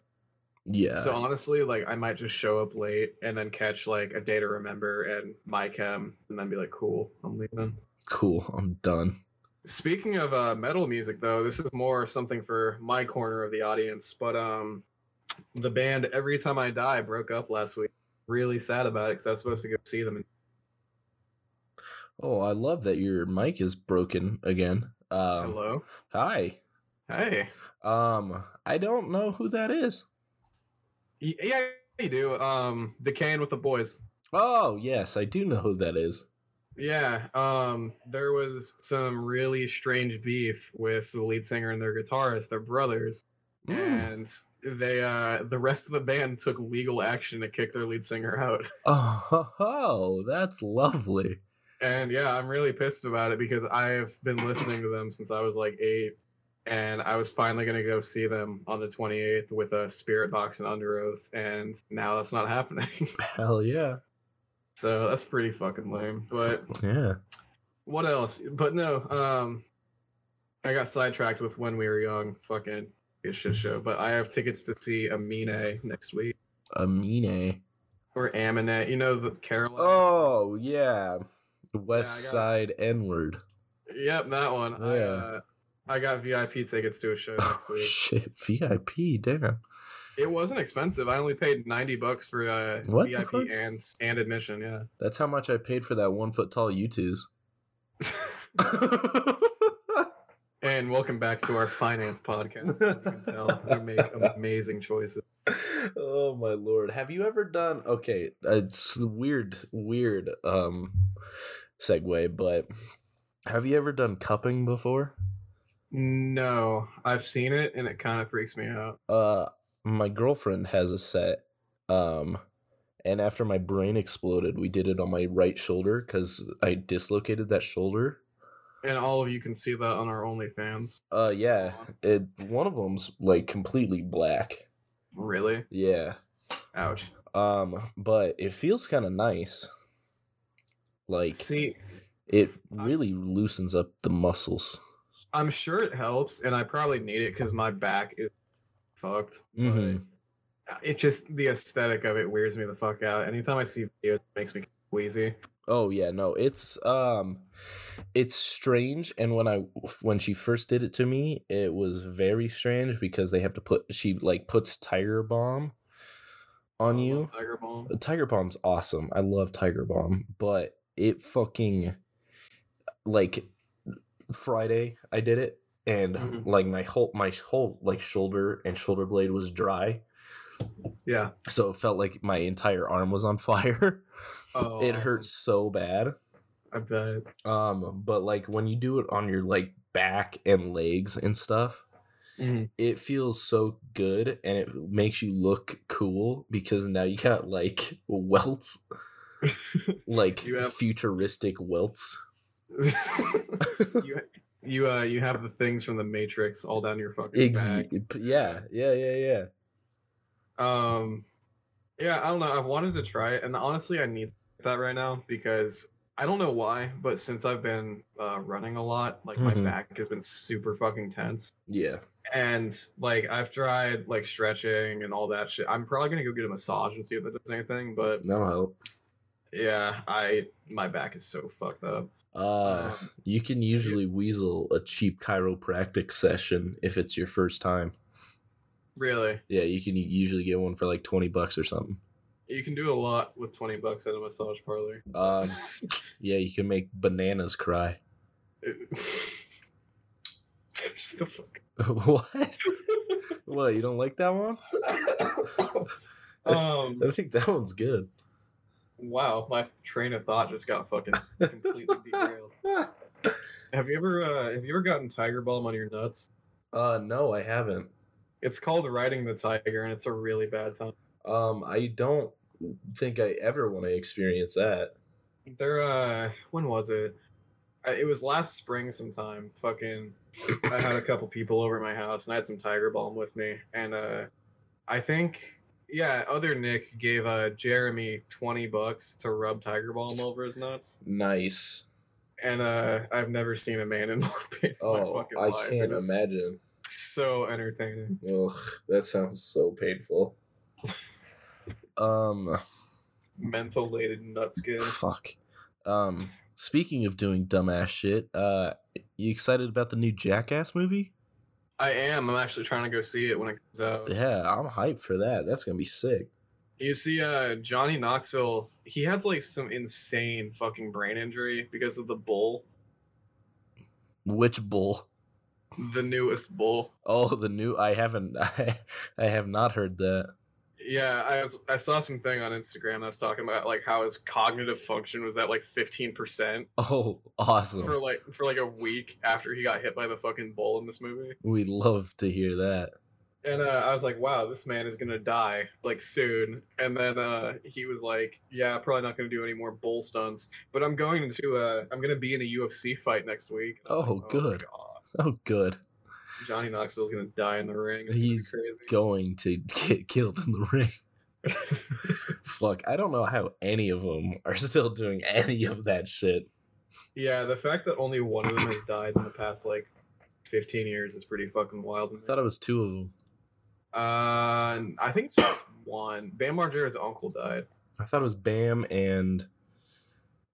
[SPEAKER 1] yeah.
[SPEAKER 2] So honestly, like I might just show up late and then catch like a day to remember and my chem and then be like, cool, I'm leaving.
[SPEAKER 1] cool. I'm done.
[SPEAKER 2] Speaking of uh, metal music, though, this is more something for my corner of the audience. But um, the band Every Time I Die broke up last week. Really sad about it because I was supposed to go see them.
[SPEAKER 1] Oh, I love that your mic is broken again. Um,
[SPEAKER 2] Hello,
[SPEAKER 1] Hi.
[SPEAKER 2] hey,
[SPEAKER 1] Um, I don't know who that is.
[SPEAKER 2] Y- yeah, you do. Um, Decaying with the Boys.
[SPEAKER 1] Oh, yes, I do know who that is.
[SPEAKER 2] Yeah, um, there was some really strange beef with the lead singer and their guitarist. They're brothers.
[SPEAKER 1] Mm.
[SPEAKER 2] and they uh the rest of the band took legal action to kick their lead singer out
[SPEAKER 1] Oh, ho, ho, that's lovely.
[SPEAKER 2] and yeah i'm really pissed about it because i've been listening to them since i was like eight and i was finally going to go see them on the 28th with a spirit box and under oath and now that's not happening
[SPEAKER 1] Hell yeah.
[SPEAKER 2] So that's pretty fucking lame. But
[SPEAKER 1] Yeah.
[SPEAKER 2] what else? But no, um, I got sidetracked with when we were young. Fucking be a shit show. But I have tickets to see Amine next week
[SPEAKER 1] Amine.
[SPEAKER 2] or Aminet. You know the Caroline.
[SPEAKER 1] Oh yeah. West
[SPEAKER 2] Yeah, I got-
[SPEAKER 1] Side N word.
[SPEAKER 2] Yep, that one. I,
[SPEAKER 1] Oh, Yeah.
[SPEAKER 2] uh, I got VIP tickets to a show next
[SPEAKER 1] Oh
[SPEAKER 2] week.
[SPEAKER 1] shit. VIP. Damn.
[SPEAKER 2] It wasn't expensive. I only paid ninety bucks for uh,
[SPEAKER 1] What the
[SPEAKER 2] VIP
[SPEAKER 1] fuck?
[SPEAKER 2] and and admission. Yeah.
[SPEAKER 1] That's how much I paid for that one foot tall U twos.
[SPEAKER 2] and welcome back to our finance podcast. As you can tell, we make amazing choices.
[SPEAKER 1] oh my lord have you ever done okay it's a weird weird um segue but have you ever done cupping before
[SPEAKER 2] No, I've seen it and it kind of freaks me out.
[SPEAKER 1] uh my girlfriend has a set um and after my brain exploded we did it on my right shoulder because i dislocated that shoulder
[SPEAKER 2] And all of you can see that on our OnlyFans.
[SPEAKER 1] uh yeah it one of them's like completely black
[SPEAKER 2] Really?
[SPEAKER 1] yeah
[SPEAKER 2] Ouch.
[SPEAKER 1] um but it feels kind of nice like
[SPEAKER 2] See,
[SPEAKER 1] It
[SPEAKER 2] I-
[SPEAKER 1] really loosens up the muscles.
[SPEAKER 2] I'm sure it helps, and I probably need it because my back is fucked. but
[SPEAKER 1] Mhm.
[SPEAKER 2] It just the aesthetic of it weirds me the fuck out. Anytime I see videos, it makes me queasy.
[SPEAKER 1] Oh yeah, no, it's um it's strange and when I when she first did it to me, it was very strange because they have to put she like puts tiger bomb
[SPEAKER 2] Oh
[SPEAKER 1] on you.
[SPEAKER 2] Tiger Balm.
[SPEAKER 1] Tiger bomb's awesome. I love tiger bomb, but it fucking like Friday I did it and
[SPEAKER 2] Mhm.
[SPEAKER 1] like my whole my whole like shoulder and shoulder blade was dry.
[SPEAKER 2] Yeah.
[SPEAKER 1] So it felt like my entire arm was on fire.
[SPEAKER 2] Oh,
[SPEAKER 1] it
[SPEAKER 2] awesome.
[SPEAKER 1] hurts so bad.
[SPEAKER 2] I bet.
[SPEAKER 1] Um, but like when you do it on your like back and legs and stuff, it feels so good and it makes you look cool because now you got like welts, like
[SPEAKER 2] You have-
[SPEAKER 1] futuristic welts.
[SPEAKER 2] you, you, uh, you have the things from the Matrix all down your fucking
[SPEAKER 1] Ex-
[SPEAKER 2] back.
[SPEAKER 1] yeah, yeah, yeah, yeah.
[SPEAKER 2] Um, yeah, I don't know. I've wanted to try it, and honestly, I need that right now because I don't know why, but since I've been uh, running a lot, like
[SPEAKER 1] Mhm.
[SPEAKER 2] my back has been super fucking tense,
[SPEAKER 1] Yeah.
[SPEAKER 2] and like I've tried like stretching and all that shit. I'm probably gonna go get a massage and see if that does anything, but
[SPEAKER 1] That'll help.
[SPEAKER 2] yeah, I my back is so fucked up.
[SPEAKER 1] Uh
[SPEAKER 2] Um,
[SPEAKER 1] you can usually weasel a cheap chiropractic session if it's your first time.
[SPEAKER 2] really,
[SPEAKER 1] Yeah, you can usually get one for like twenty bucks or something.
[SPEAKER 2] you can do a lot with twenty bucks at a massage parlor.
[SPEAKER 1] Um, yeah, you can make bananas cry.
[SPEAKER 2] Shut the fuck
[SPEAKER 1] what? what? You don't like that one?
[SPEAKER 2] um,
[SPEAKER 1] I think that one's good.
[SPEAKER 2] wow, my train of thought just got fucking completely derailed. Have you ever uh, have you ever gotten tiger balm on your nuts?
[SPEAKER 1] Uh, no, I haven't.
[SPEAKER 2] It's called riding the tiger, and it's a really bad time.
[SPEAKER 1] Um, I don't think I ever want to experience that.
[SPEAKER 2] There, uh, when was it? I, it was last spring sometime. Fucking, I had a couple people over at my house, and I had some tiger balm with me, and uh, I think. Yeah, other Nick gave uh, Jeremy twenty bucks to rub tiger balm over his nuts.
[SPEAKER 1] Nice.
[SPEAKER 2] and uh, I've never seen a man in more pain. in my
[SPEAKER 1] Oh,
[SPEAKER 2] fucking
[SPEAKER 1] I
[SPEAKER 2] life.
[SPEAKER 1] can't
[SPEAKER 2] It is
[SPEAKER 1] imagine.
[SPEAKER 2] So entertaining.
[SPEAKER 1] Ugh, that sounds so painful. um,
[SPEAKER 2] Mentholated nut skin.
[SPEAKER 1] fuck. Um, speaking of doing dumbass shit, uh, you excited about the new Jackass movie?
[SPEAKER 2] I am. I'm actually trying to go see it when it comes out.
[SPEAKER 1] Yeah, I'm hyped for that. That's gonna be sick.
[SPEAKER 2] You see, uh, Johnny Knoxville. He had like some insane fucking brain injury because of the bull,
[SPEAKER 1] Which bull?
[SPEAKER 2] the newest bull.
[SPEAKER 1] Oh, the new. I haven't. I, I have not heard that.
[SPEAKER 2] Yeah, I was, I saw something on Instagram that was talking about like how his cognitive function was at like 15 percent
[SPEAKER 1] Oh, awesome.
[SPEAKER 2] for like for like a week after he got hit by the fucking bull in this movie.
[SPEAKER 1] we love to hear that.
[SPEAKER 2] and uh, I was like, "Wow, this man is gonna die like soon." And then uh, he was like, "Yeah, probably not gonna do any more bull stunts, but I'm going to uh, I'm gonna be in a UFC fight next week." And I was
[SPEAKER 1] Oh,
[SPEAKER 2] like,
[SPEAKER 1] good.
[SPEAKER 2] God.
[SPEAKER 1] Oh, good.
[SPEAKER 2] Johnny Knoxville's gonna die in the ring. It's gonna be
[SPEAKER 1] He's
[SPEAKER 2] crazy.
[SPEAKER 1] Going to get killed in the ring. Fuck, I don't know how any of them are still doing any of that shit.
[SPEAKER 2] yeah, the fact that only one of them has died in the past like 15 years is pretty fucking wild.
[SPEAKER 1] I thought it was two of them.
[SPEAKER 2] Uh, I think it's just one. Bam Margera's uncle died.
[SPEAKER 1] I thought it was Bam and.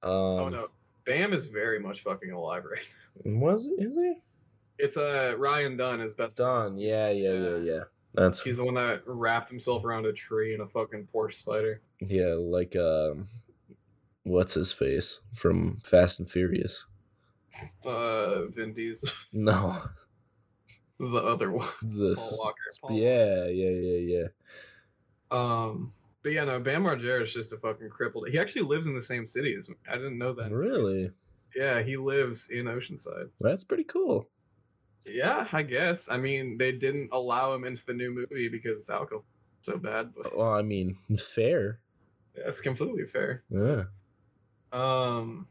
[SPEAKER 1] Um,
[SPEAKER 2] oh no, Bam is very much fucking alive right. now.
[SPEAKER 1] Was it? Is it?
[SPEAKER 2] It's uh Ryan Dunn, his best.
[SPEAKER 1] Don, yeah, yeah, yeah, yeah. That's
[SPEAKER 2] Uh, He's the one that wrapped himself around a tree in a fucking Porsche spider.
[SPEAKER 1] yeah, like um, what's his face from Fast and Furious?
[SPEAKER 2] Uh, Vin Diesel,
[SPEAKER 1] No,
[SPEAKER 2] the other one, Paul
[SPEAKER 1] this.
[SPEAKER 2] Walker. Paul
[SPEAKER 1] Yeah, yeah, yeah, yeah.
[SPEAKER 2] Um, but yeah, no, Bam Margera is just a fucking crippled. He actually lives in the same city as me. I didn't know that.
[SPEAKER 1] really?
[SPEAKER 2] Yeah, he lives in Oceanside.
[SPEAKER 1] That's pretty cool.
[SPEAKER 2] Yeah, I guess. I mean, they didn't allow him into the new movie because it's alcohol so bad, but
[SPEAKER 1] Well, I mean, fair.
[SPEAKER 2] that's completely fair.
[SPEAKER 1] Yeah.
[SPEAKER 2] Um,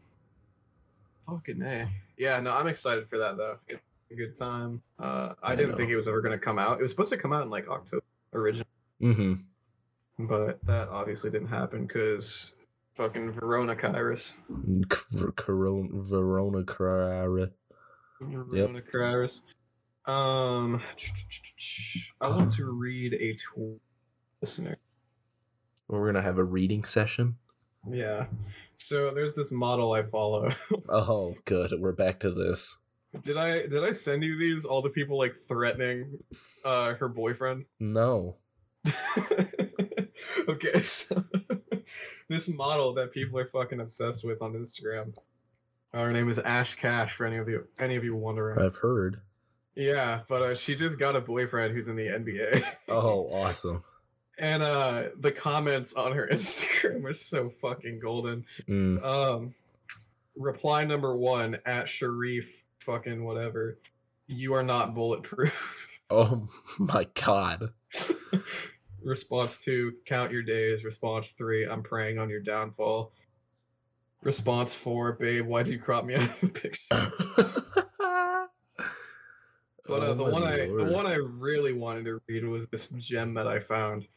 [SPEAKER 2] fucking a. Yeah, no, I'm excited for that though. It's a good time. Uh, I,
[SPEAKER 1] I
[SPEAKER 2] didn't
[SPEAKER 1] know.
[SPEAKER 2] think it was ever gonna come out. It was supposed to come out in like October originally,
[SPEAKER 1] Mm-hmm.
[SPEAKER 2] but that obviously didn't happen because fucking Verona Kairos.
[SPEAKER 1] Corona, Verona, Carrara.
[SPEAKER 2] Verona Kairos. Um, I want to read a tweet listener.
[SPEAKER 1] We're gonna have a reading session.
[SPEAKER 2] Yeah. So there's this model I follow.
[SPEAKER 1] Oh, good. We're back to this.
[SPEAKER 2] did I did I send you these? All the people like threatening uh her boyfriend.
[SPEAKER 1] No.
[SPEAKER 2] okay, so this model that people are fucking obsessed with on Instagram. uh, Her name is Ash Cash. For any of you, any of you wondering,
[SPEAKER 1] I've heard.
[SPEAKER 2] yeah, but uh, she just got a boyfriend who's in the NBA,
[SPEAKER 1] Oh, awesome.
[SPEAKER 2] and uh, the comments on her Instagram are so fucking golden.
[SPEAKER 1] Mm.
[SPEAKER 2] Um, reply number one at Sharif fucking whatever. You are not bulletproof.
[SPEAKER 1] Oh my god.
[SPEAKER 2] Response two, count your days. Response three, I'm praying on your downfall. Response four, babe, why'd you crop me out of the picture? But uh,
[SPEAKER 1] Oh
[SPEAKER 2] the
[SPEAKER 1] my
[SPEAKER 2] one I the
[SPEAKER 1] lord.
[SPEAKER 2] one I really wanted to read was this gem that I found.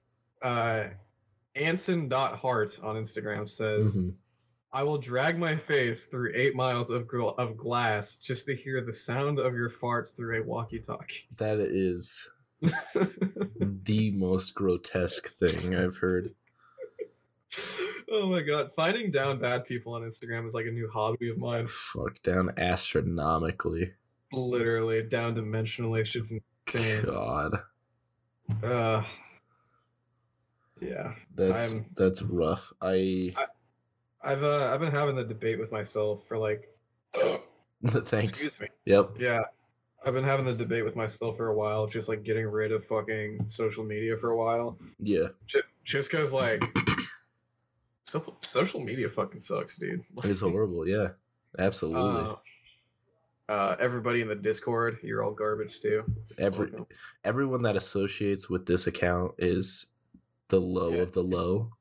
[SPEAKER 2] Uh, Anson.heart on Instagram says,
[SPEAKER 1] Mhm.
[SPEAKER 2] I will drag my face through eight miles of, gl- of glass just to hear the sound of your farts through a walkie talkie.
[SPEAKER 1] That is the most grotesque thing I've heard.
[SPEAKER 2] oh my god. Finding down bad people on Instagram is like a new hobby of mine.
[SPEAKER 1] Fuck down astronomically.
[SPEAKER 2] literally down dimensionally shit's insane
[SPEAKER 1] God.
[SPEAKER 2] uh yeah
[SPEAKER 1] That's
[SPEAKER 2] I'm-
[SPEAKER 1] that's rough. I
[SPEAKER 2] i've uh, i've been having the debate with myself for like
[SPEAKER 1] thanks.
[SPEAKER 2] excuse me
[SPEAKER 1] Yep.
[SPEAKER 2] yeah i've been having the debate with myself for a while just like getting rid of fucking social media for a while
[SPEAKER 1] Yeah.
[SPEAKER 2] Ju- just because like so- social media fucking sucks dude
[SPEAKER 1] It's horrible, yeah. Absolutely.
[SPEAKER 2] uh, uh, everybody in the discord you're all garbage too
[SPEAKER 1] Every everyone that associates with this account is the low
[SPEAKER 2] Yeah.
[SPEAKER 1] of the low.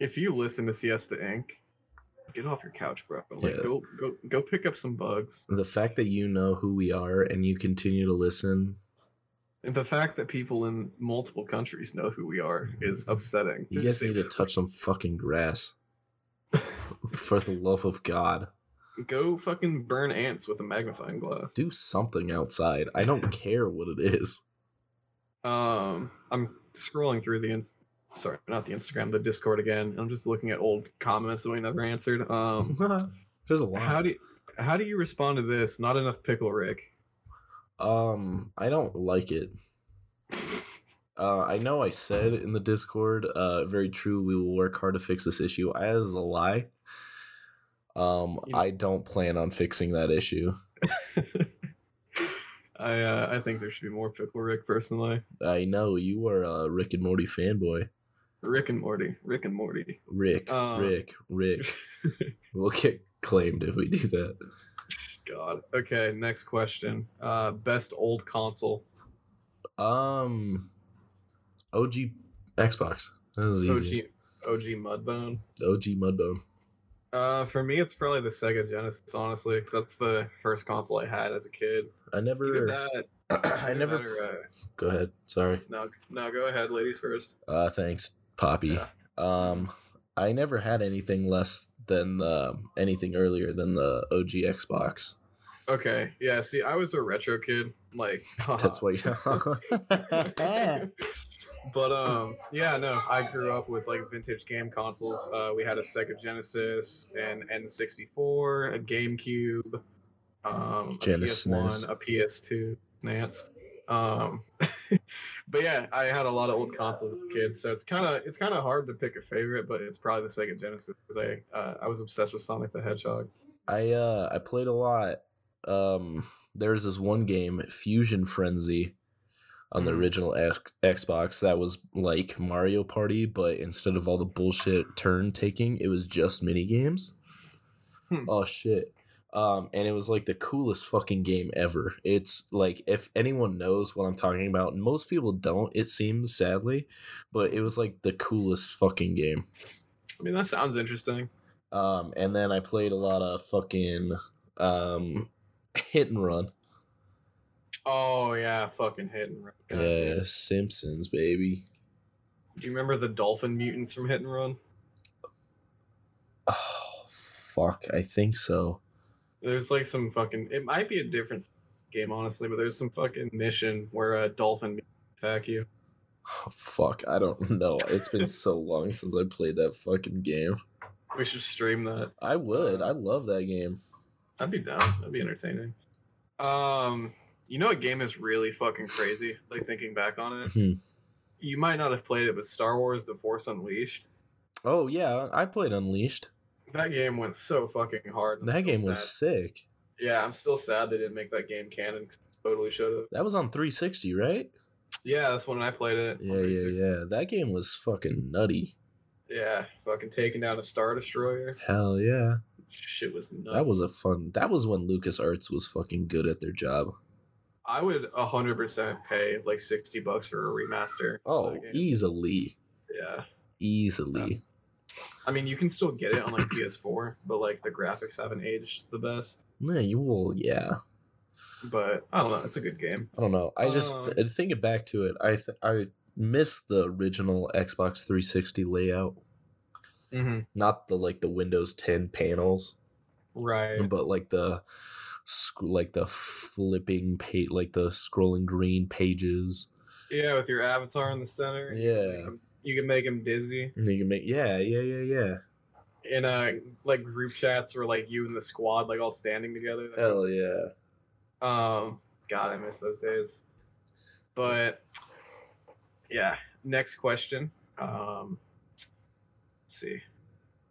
[SPEAKER 2] if you listen to Siesta Inc., get off your couch, bro. Like,
[SPEAKER 1] Yeah.
[SPEAKER 2] go go go pick up some bugs.
[SPEAKER 1] The fact that you know who we are and you continue to listen,
[SPEAKER 2] And the fact that people in multiple countries know who we are is upsetting.
[SPEAKER 1] Mm-hmm. you guys need to touch some fucking grass. For the love of God.
[SPEAKER 2] Go fucking burn ants with a magnifying glass.
[SPEAKER 1] Do something outside. I don't care what it is.
[SPEAKER 2] Um, I'm scrolling through the ins- sorry, not the Instagram, the Discord again. and I'm just looking at old comments that we never answered. Um,
[SPEAKER 1] There's a lot.
[SPEAKER 2] how do you, how do you respond to this? Not enough pickle, Rick.
[SPEAKER 1] Um, I don't like it. Uh, I know I said in the Discord, uh, very true. We will work hard to fix this issue. As a lie, um,
[SPEAKER 2] You know-
[SPEAKER 1] I don't plan on fixing that issue.
[SPEAKER 2] I uh, I think there should be more pickle, Rick. Personally,
[SPEAKER 1] I know you are a Rick and Morty fanboy.
[SPEAKER 2] Rick and Morty, Rick and Morty.
[SPEAKER 1] Rick,
[SPEAKER 2] Um.
[SPEAKER 1] Rick, Rick. we'll get claimed if we do that.
[SPEAKER 2] God. Okay, next question. Uh best old console.
[SPEAKER 1] Um, OG Xbox. That was easy.
[SPEAKER 2] OG OG Mudbone.
[SPEAKER 1] OG, Mudbone.
[SPEAKER 2] Uh for me it's probably the Sega Genesis honestly cuz that's the first console I had as a kid.
[SPEAKER 1] I
[SPEAKER 2] Either
[SPEAKER 1] never.
[SPEAKER 2] that,
[SPEAKER 1] I
[SPEAKER 2] either
[SPEAKER 1] never.
[SPEAKER 2] that or, uh,
[SPEAKER 1] Go ahead. Sorry.
[SPEAKER 2] no no go ahead ladies first.
[SPEAKER 1] Uh, thanks. Poppy.
[SPEAKER 2] Yeah.
[SPEAKER 1] Um, I never had anything less than the anything earlier than the OG Xbox.
[SPEAKER 2] Okay. Yeah. See, I was a retro kid. Like
[SPEAKER 1] That's why. You-
[SPEAKER 2] but um, yeah, no, I grew up with like vintage game consoles. Uh, we had a Sega Genesis, an N64, a GameCube, um,
[SPEAKER 1] Genesis.
[SPEAKER 2] a PS1, a PS2, Nance. Um, but yeah, I had a lot of old consoles as a kid, so it's kind of it's kind of hard to pick a favorite, but it's probably the Sega Genesis. 'cause I uh, I was obsessed with Sonic the Hedgehog.
[SPEAKER 1] I uh I played a lot. Um, there was this one game, Fusion Frenzy, on the
[SPEAKER 2] Mhm.
[SPEAKER 1] original X- Xbox that was like Mario Party, but instead of all the bullshit turn taking, it was just mini games.
[SPEAKER 2] Hmm.
[SPEAKER 1] Oh shit. Um, and it was like the coolest fucking game ever. It's like if anyone knows what I'm talking about, and most people don't, it seems sadly, but it was like the coolest fucking game.
[SPEAKER 2] I mean, that sounds interesting.
[SPEAKER 1] Um, and then I played a lot of fucking um, hit and run.
[SPEAKER 2] Oh yeah, fucking hit and run. God,
[SPEAKER 1] Yeah,
[SPEAKER 2] dude.
[SPEAKER 1] Simpsons, baby.
[SPEAKER 2] Do you remember the dolphin mutants from Hit and Run?
[SPEAKER 1] Oh, fuck. I think so.
[SPEAKER 2] There's like some fucking. It might be a different game, honestly, but there's some fucking mission where a dolphin mutants attack you.
[SPEAKER 1] Oh, fuck. I don't know. It's been so long since I played that fucking game.
[SPEAKER 2] We should stream that.
[SPEAKER 1] I would. I love that game.
[SPEAKER 2] I'd be down. That'd be entertaining. Um, you know, a game is really fucking crazy. Like thinking back on it,
[SPEAKER 1] Hmm.
[SPEAKER 2] you might not have played it, but Star Wars: The Force Unleashed.
[SPEAKER 1] Oh, yeah. I played Unleashed.
[SPEAKER 2] That game went so fucking hard. I'm
[SPEAKER 1] That
[SPEAKER 2] still
[SPEAKER 1] game was
[SPEAKER 2] sad.
[SPEAKER 1] sick.
[SPEAKER 2] Yeah, I'm still sad they didn't make that game canon. 'cause I totally should have.
[SPEAKER 1] That was on 360, right?
[SPEAKER 2] Yeah, that's when I played it.
[SPEAKER 1] Yeah, yeah, yeah. That game was fucking nutty.
[SPEAKER 2] Yeah, fucking taking down a star destroyer.
[SPEAKER 1] Hell yeah.
[SPEAKER 2] Shit was nuts.
[SPEAKER 1] That was a fun. That was when Lucas Arts was fucking good at their job.
[SPEAKER 2] I would hundred percent pay like sixty bucks for a remaster.
[SPEAKER 1] Oh,
[SPEAKER 2] of that game.
[SPEAKER 1] easily,
[SPEAKER 2] yeah.
[SPEAKER 1] easily.
[SPEAKER 2] I mean, you can still get it on like PS4, but like the graphics haven't aged the best.
[SPEAKER 1] Yeah, you will. Yeah,
[SPEAKER 2] But I don't know. It's a good game.
[SPEAKER 1] I don't know. I just
[SPEAKER 2] Um,
[SPEAKER 1] thinking back to it, I th- I miss the original Xbox 360 layout.
[SPEAKER 2] Mm-hmm.
[SPEAKER 1] Not the like the Windows 10 panels,
[SPEAKER 2] Right.
[SPEAKER 1] but like the sc- like the flipping page, like the scrolling green pages.
[SPEAKER 2] Yeah, with your avatar in the center. you can make
[SPEAKER 1] Yeah.
[SPEAKER 2] him- You can make him busy.
[SPEAKER 1] And you can make yeah, yeah, yeah, yeah.
[SPEAKER 2] In uh, like group chats where like you and the squad like all standing together. That
[SPEAKER 1] Hell yeah.
[SPEAKER 2] Um, God, I miss those days. But yeah, next question. Um, let's see.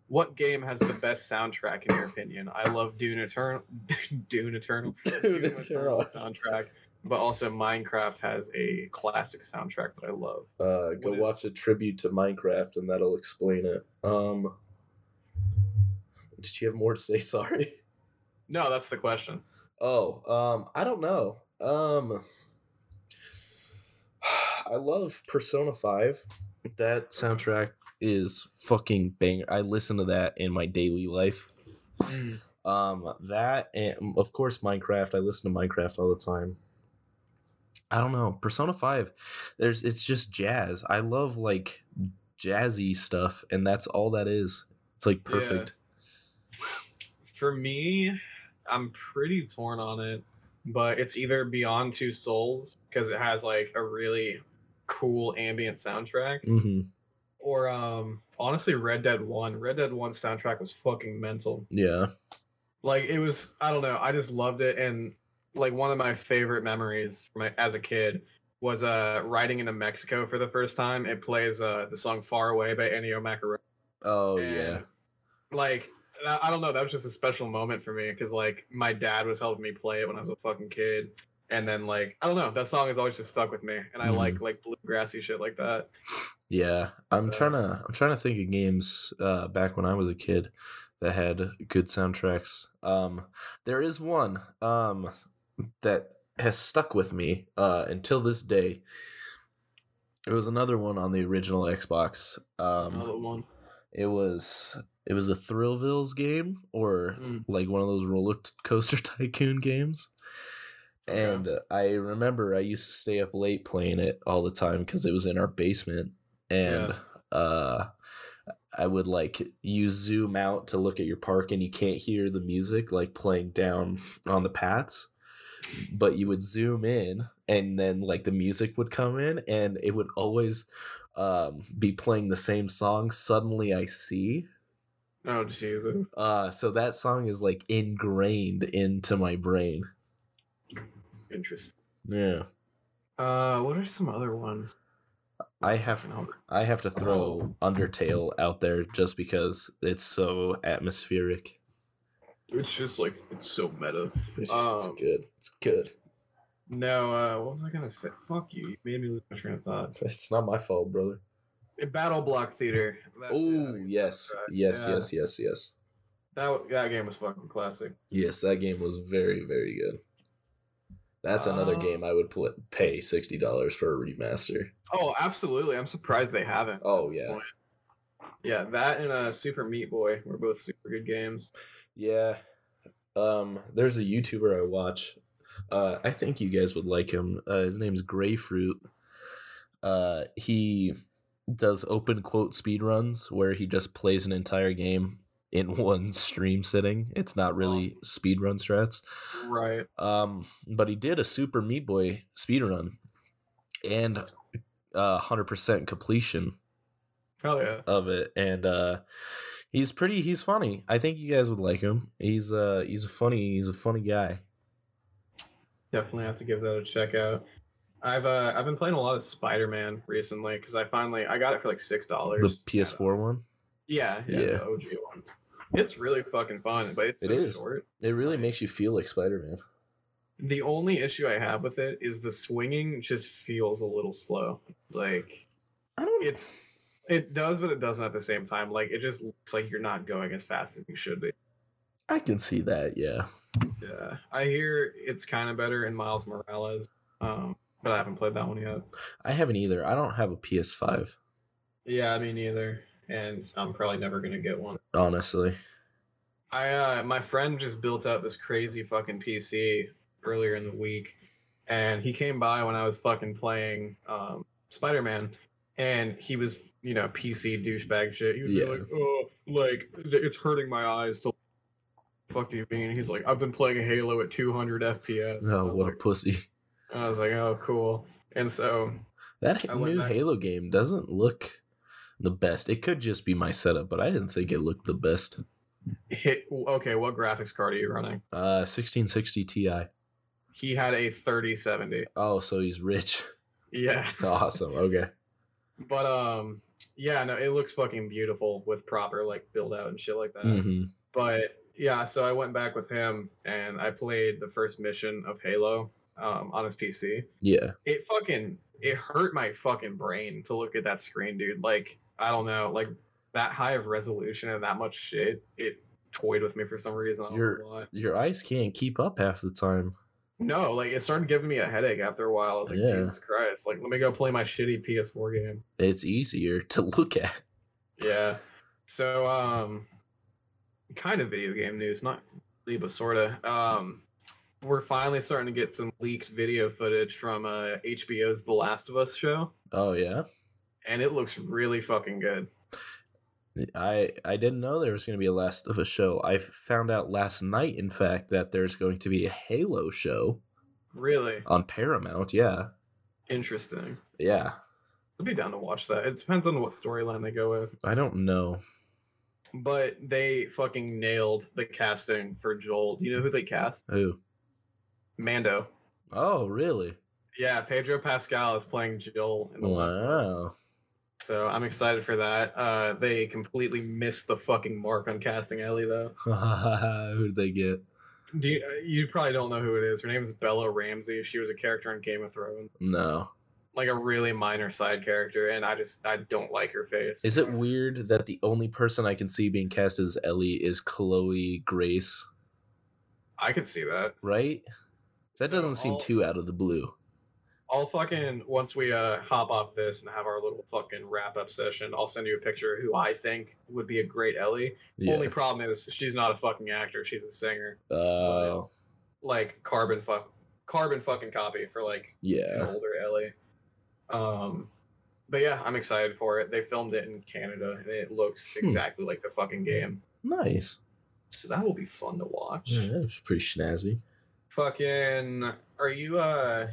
[SPEAKER 2] What game has the best soundtrack in your opinion? I love Dune Eternal. Dune Eternal.
[SPEAKER 1] Dune Eternal.
[SPEAKER 2] soundtrack. But also Minecraft has a classic soundtrack that I love.
[SPEAKER 1] Uh, go
[SPEAKER 2] What is-
[SPEAKER 1] watch a tribute to Minecraft, and that'll explain it. Um, did you have more to say? Sorry.
[SPEAKER 2] No, that's the question.
[SPEAKER 1] Oh, um, I don't know. Um, I love Persona Five. That soundtrack is fucking banger. I listen to that in my daily life. Um, that and of course Minecraft. I listen to Minecraft all the time. I don't know Persona Five. There's it's just jazz. I love like jazzy stuff, and that's all that is. It's like
[SPEAKER 2] Yeah.
[SPEAKER 1] perfect.
[SPEAKER 2] For me, I'm pretty torn on it, but it's either Beyond Two Souls because it has like a really cool ambient soundtrack,
[SPEAKER 1] Mm-hmm.
[SPEAKER 2] or um, honestly, Red Dead One. Red Dead One soundtrack was fucking mental.
[SPEAKER 1] Yeah.
[SPEAKER 2] Like it was, I don't know, I just loved it, and like one of my favorite memories from my, as a kid was uh riding into Mexico for the first time. It plays uh the song "Far Away" by Ennio Morricone.
[SPEAKER 1] Oh
[SPEAKER 2] And,
[SPEAKER 1] yeah.
[SPEAKER 2] Like I I don't know, that was just a special moment for me because like my dad was helping me play it when I was a fucking kid, and then like I don't know, that song has always just stuck with me, and I
[SPEAKER 1] Mhm.
[SPEAKER 2] like like bluegrassy shit like that.
[SPEAKER 1] Yeah, I'm
[SPEAKER 2] So-
[SPEAKER 1] trying to I'm trying to think of games uh, back when I was a kid that had good soundtracks. Um, there is one um, that has stuck with me uh, until this day. It was another one on the original Xbox. Um,
[SPEAKER 2] Another one.
[SPEAKER 1] it was it was a Thrillville's game or
[SPEAKER 2] Mm.
[SPEAKER 1] like one of those roller t- coaster tycoon games.
[SPEAKER 2] Okay.
[SPEAKER 1] And uh, I remember I used to stay up late playing it all the time because it was in our basement. And uh I would like you zoom out to look at your park and you can't hear the music like playing down on the paths, but you would zoom in and then like the music would come in and it would always um, be playing the same song. Suddenly I see.
[SPEAKER 2] Oh Jesus.
[SPEAKER 1] Uh, so that song is like ingrained into my brain.
[SPEAKER 2] Interesting.
[SPEAKER 1] Yeah,
[SPEAKER 2] Uh, what are some other ones?
[SPEAKER 1] I have I have to throw Undertale out there just because it's so atmospheric.
[SPEAKER 2] It's just like it's so meta.
[SPEAKER 1] It's, it's
[SPEAKER 2] Um,
[SPEAKER 1] good. It's good.
[SPEAKER 2] No, uh, what was I gonna say? Fuck you. You made me lose my train of thought.
[SPEAKER 1] It's not my fault, brother.
[SPEAKER 2] Battle Block Theater. That's it, I think
[SPEAKER 1] Oh
[SPEAKER 2] it's
[SPEAKER 1] yes,
[SPEAKER 2] called.
[SPEAKER 1] yes,
[SPEAKER 2] Yeah.
[SPEAKER 1] yes, yes, yes.
[SPEAKER 2] That that game was fucking classic.
[SPEAKER 1] Yes, that game was very, very good. That's another
[SPEAKER 2] Uh,
[SPEAKER 1] game I would pl- pay sixty dollars for a remaster.
[SPEAKER 2] Oh, absolutely. I'm surprised they haven't.
[SPEAKER 1] Oh,
[SPEAKER 2] at this
[SPEAKER 1] yeah.
[SPEAKER 2] Yeah, that and uh, Super Meat Boy were both super good games.
[SPEAKER 1] Yeah, um, there's a YouTuber I watch. Uh, I think you guys would like him. Uh, his name's Grayfruit. Uh, he does open quote speed runs where he just plays an entire game in one stream sitting. It's not really
[SPEAKER 2] Awesome.
[SPEAKER 1] speed run strats.
[SPEAKER 2] Right.
[SPEAKER 1] Um, but he did a Super Meat Boy speedrun and uh, 100% completion
[SPEAKER 2] Hell yeah.
[SPEAKER 1] of it and uh he's pretty he's funny. I think you guys would like him. He's uh he's a funny he's a funny guy.
[SPEAKER 2] Definitely have to give that a check out. I've uh, I've been playing a lot of Spider Man recently because I finally I got it for like six
[SPEAKER 1] The
[SPEAKER 2] dollars.
[SPEAKER 1] PS4 one.
[SPEAKER 2] Yeah, yeah,
[SPEAKER 1] Yeah.
[SPEAKER 2] the OG one. It's really fucking fun, but it's
[SPEAKER 1] It
[SPEAKER 2] so
[SPEAKER 1] is.
[SPEAKER 2] short.
[SPEAKER 1] It really makes you feel like Spider-Man.
[SPEAKER 2] The only issue I have with it is the swinging just feels a little slow. Like
[SPEAKER 1] I don't
[SPEAKER 2] It's- it does, but it doesn't at the same time. Like it just looks like you're not going as fast as you should be.
[SPEAKER 1] I can see that, yeah.
[SPEAKER 2] Yeah, I hear it's kind of better in Miles Morales, um, but I haven't played that one yet.
[SPEAKER 1] I haven't either. I don't have a PS5,
[SPEAKER 2] Yeah, me neither, and I'm probably never gonna get one.
[SPEAKER 1] honestly.
[SPEAKER 2] I uh, my friend just built out this crazy fucking PC earlier in the week, and he came by when I was fucking playing um, Spider Man, and he was you know PC douchebag shit. He was
[SPEAKER 1] Yeah.
[SPEAKER 2] like, oh, like th- it's hurting my eyes. To fuck do you mean? He's like, I've been playing Halo at 200 FPS. And I
[SPEAKER 1] Oh,
[SPEAKER 2] was
[SPEAKER 1] what a
[SPEAKER 2] like,
[SPEAKER 1] pussy.
[SPEAKER 2] and I was like, oh, cool. And so
[SPEAKER 1] That
[SPEAKER 2] I went
[SPEAKER 1] new
[SPEAKER 2] back-
[SPEAKER 1] Halo game doesn't look the best. It could just be my setup, but I didn't think it looked the best.
[SPEAKER 2] hit okay. What graphics card are you running?
[SPEAKER 1] Uh 1660 Ti.
[SPEAKER 2] He had a 3070.
[SPEAKER 1] Oh, so he's rich.
[SPEAKER 2] Yeah.
[SPEAKER 1] Awesome. Okay.
[SPEAKER 2] But um, yeah, no, it looks fucking beautiful with proper like build out and shit like that.
[SPEAKER 1] hmm
[SPEAKER 2] But yeah, so I went back with him and I played the first mission of Halo um, on his PC.
[SPEAKER 1] Yeah.
[SPEAKER 2] It fucking it hurt my fucking brain to look at that screen, dude. Like I don't know, like that high of resolution and that much shit, it toyed with me for some reason. I don't know
[SPEAKER 1] You're-
[SPEAKER 2] why.
[SPEAKER 1] Your eyes can't keep up half the time.
[SPEAKER 2] No, like it started giving me a headache after a while. I was like,
[SPEAKER 1] Yeah.
[SPEAKER 2] Jesus Christ! Like, let me go play my shitty PS4 game.
[SPEAKER 1] It's easier to look at.
[SPEAKER 2] Yeah. So, um, kind of video game news, not really, but sorta. Um, we're finally starting to get some leaked video footage from uh, HBO's The Last of Us show,
[SPEAKER 1] Oh yeah.
[SPEAKER 2] and it looks really fucking good.
[SPEAKER 1] I I didn't know there was going to be a Last of a show. I found out last night, in fact, that there's going to be a Halo show
[SPEAKER 2] Really
[SPEAKER 1] on Paramount. Yeah.
[SPEAKER 2] interesting.
[SPEAKER 1] Yeah.
[SPEAKER 2] I'd be down to watch that. It depends on what storyline they go with.
[SPEAKER 1] I don't know.
[SPEAKER 2] But they fucking nailed the casting for Joel. Do you know who they cast?
[SPEAKER 1] Who?
[SPEAKER 2] Mando.
[SPEAKER 1] Oh really?
[SPEAKER 2] Yeah, Pedro Pascal is playing Joel in The Last of Us.
[SPEAKER 1] Wow.
[SPEAKER 2] So I'm excited for that. Uh, they completely missed the fucking mark on casting Ellie though.
[SPEAKER 1] Who'd they get?
[SPEAKER 2] Do you, uh, you probably don't know who it is. Her name is Bella Ramsey. She was a character in Game of Thrones,
[SPEAKER 1] No.
[SPEAKER 2] like a really minor side character, and I just I don't like her face.
[SPEAKER 1] Is it weird that the only person I can see being cast as Ellie is Chloe Grace?
[SPEAKER 2] I could see that.
[SPEAKER 1] Right? That
[SPEAKER 2] So
[SPEAKER 1] doesn't seem
[SPEAKER 2] I'll-
[SPEAKER 1] too out of the blue.
[SPEAKER 2] I'll fucking once we uh hop off this and have our little fucking wrap up session, I'll send you a picture of who I think would be a great Ellie. Only problem is she's not a fucking actor. She's a singer,
[SPEAKER 1] Uh,
[SPEAKER 2] like carbon fuck, carbon fucking copy for like an
[SPEAKER 1] yeah.
[SPEAKER 2] older Ellie. Um, but yeah, I'm excited for it. They filmed it in Canada, and it looks
[SPEAKER 1] Hmm.
[SPEAKER 2] exactly like the fucking game.
[SPEAKER 1] Nice.
[SPEAKER 2] So that will be fun to watch.
[SPEAKER 1] Yeah, that was pretty snazzy.
[SPEAKER 2] Fucking, are you? uh